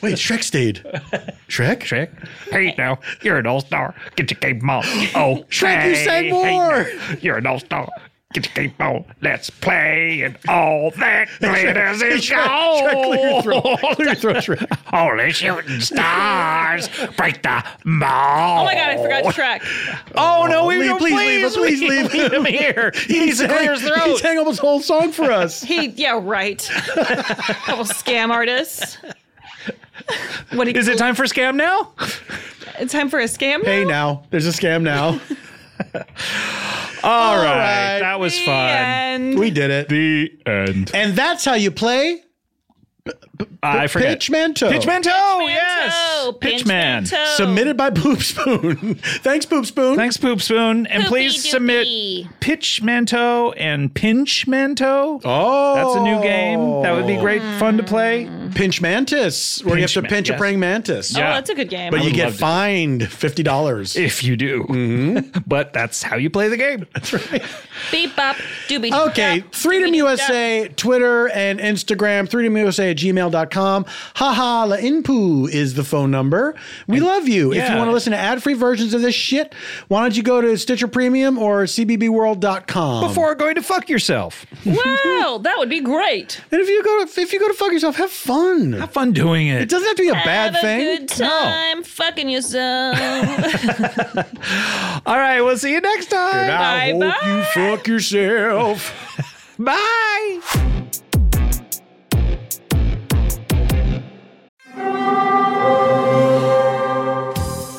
Wait, Shrek stayed. Shrek? Shrek, hey now, you're an all star. Get your game on. Oh, Shrek, you sang more. you're an all star. Get your game on. Let's play and all that glitters Hey, is Shrek, Shrek, clear your throat. Clear your throat, Shrek. Holy shooting stars, break the mall. Oh my god, I forgot Shrek. Oh, no, we Leave, no, please leave him, please leave leave him here. He needs to clear his He throat. sang almost the whole song for us. He, yeah, right. Couple scam artists. What do you- Is it time for scam now? It's time for a scam. hey, now? now. There's a scam now. All right, right. that was The fun. end. We did it. The end. And that's how you play I forget. Pitchmento. Pitchman Toe, yes. Pinch Pitchman. Pinch Toe. Submitted by Poop Spoon. Thanks, Poop Spoon. Thanks, Poop Spoon. And please submit Pitch Manto and Pinch Manto. Oh, That's a new game. That would be great fun to play. Pinch mantis, where you have Pinch to man- pinch yes. a praying mantis. Oh, Yeah. that's a good game. But you get love to- fined fifty dollars. If you do. Mm-hmm. but that's how you play the game. Beep up, doobie. Okay, dap, Freedom doobie USA, Twitter and Instagram, freedomusa at gmail.com. Haha, La Inpu is the phone number. We love you. If you yeah. want to listen to ad free versions of this shit, why don't you go to Stitcher Premium or CBBWorld.com? Before going to fuck yourself. dap. Wow, that would be great. and if you go to if you go to fuck yourself, have fun. Have fun doing it. it doesn't have to be a bad Have a thing. good time fucking yourself. All right, we'll see you next time. I Bye-bye. hope you fuck yourself. Bye.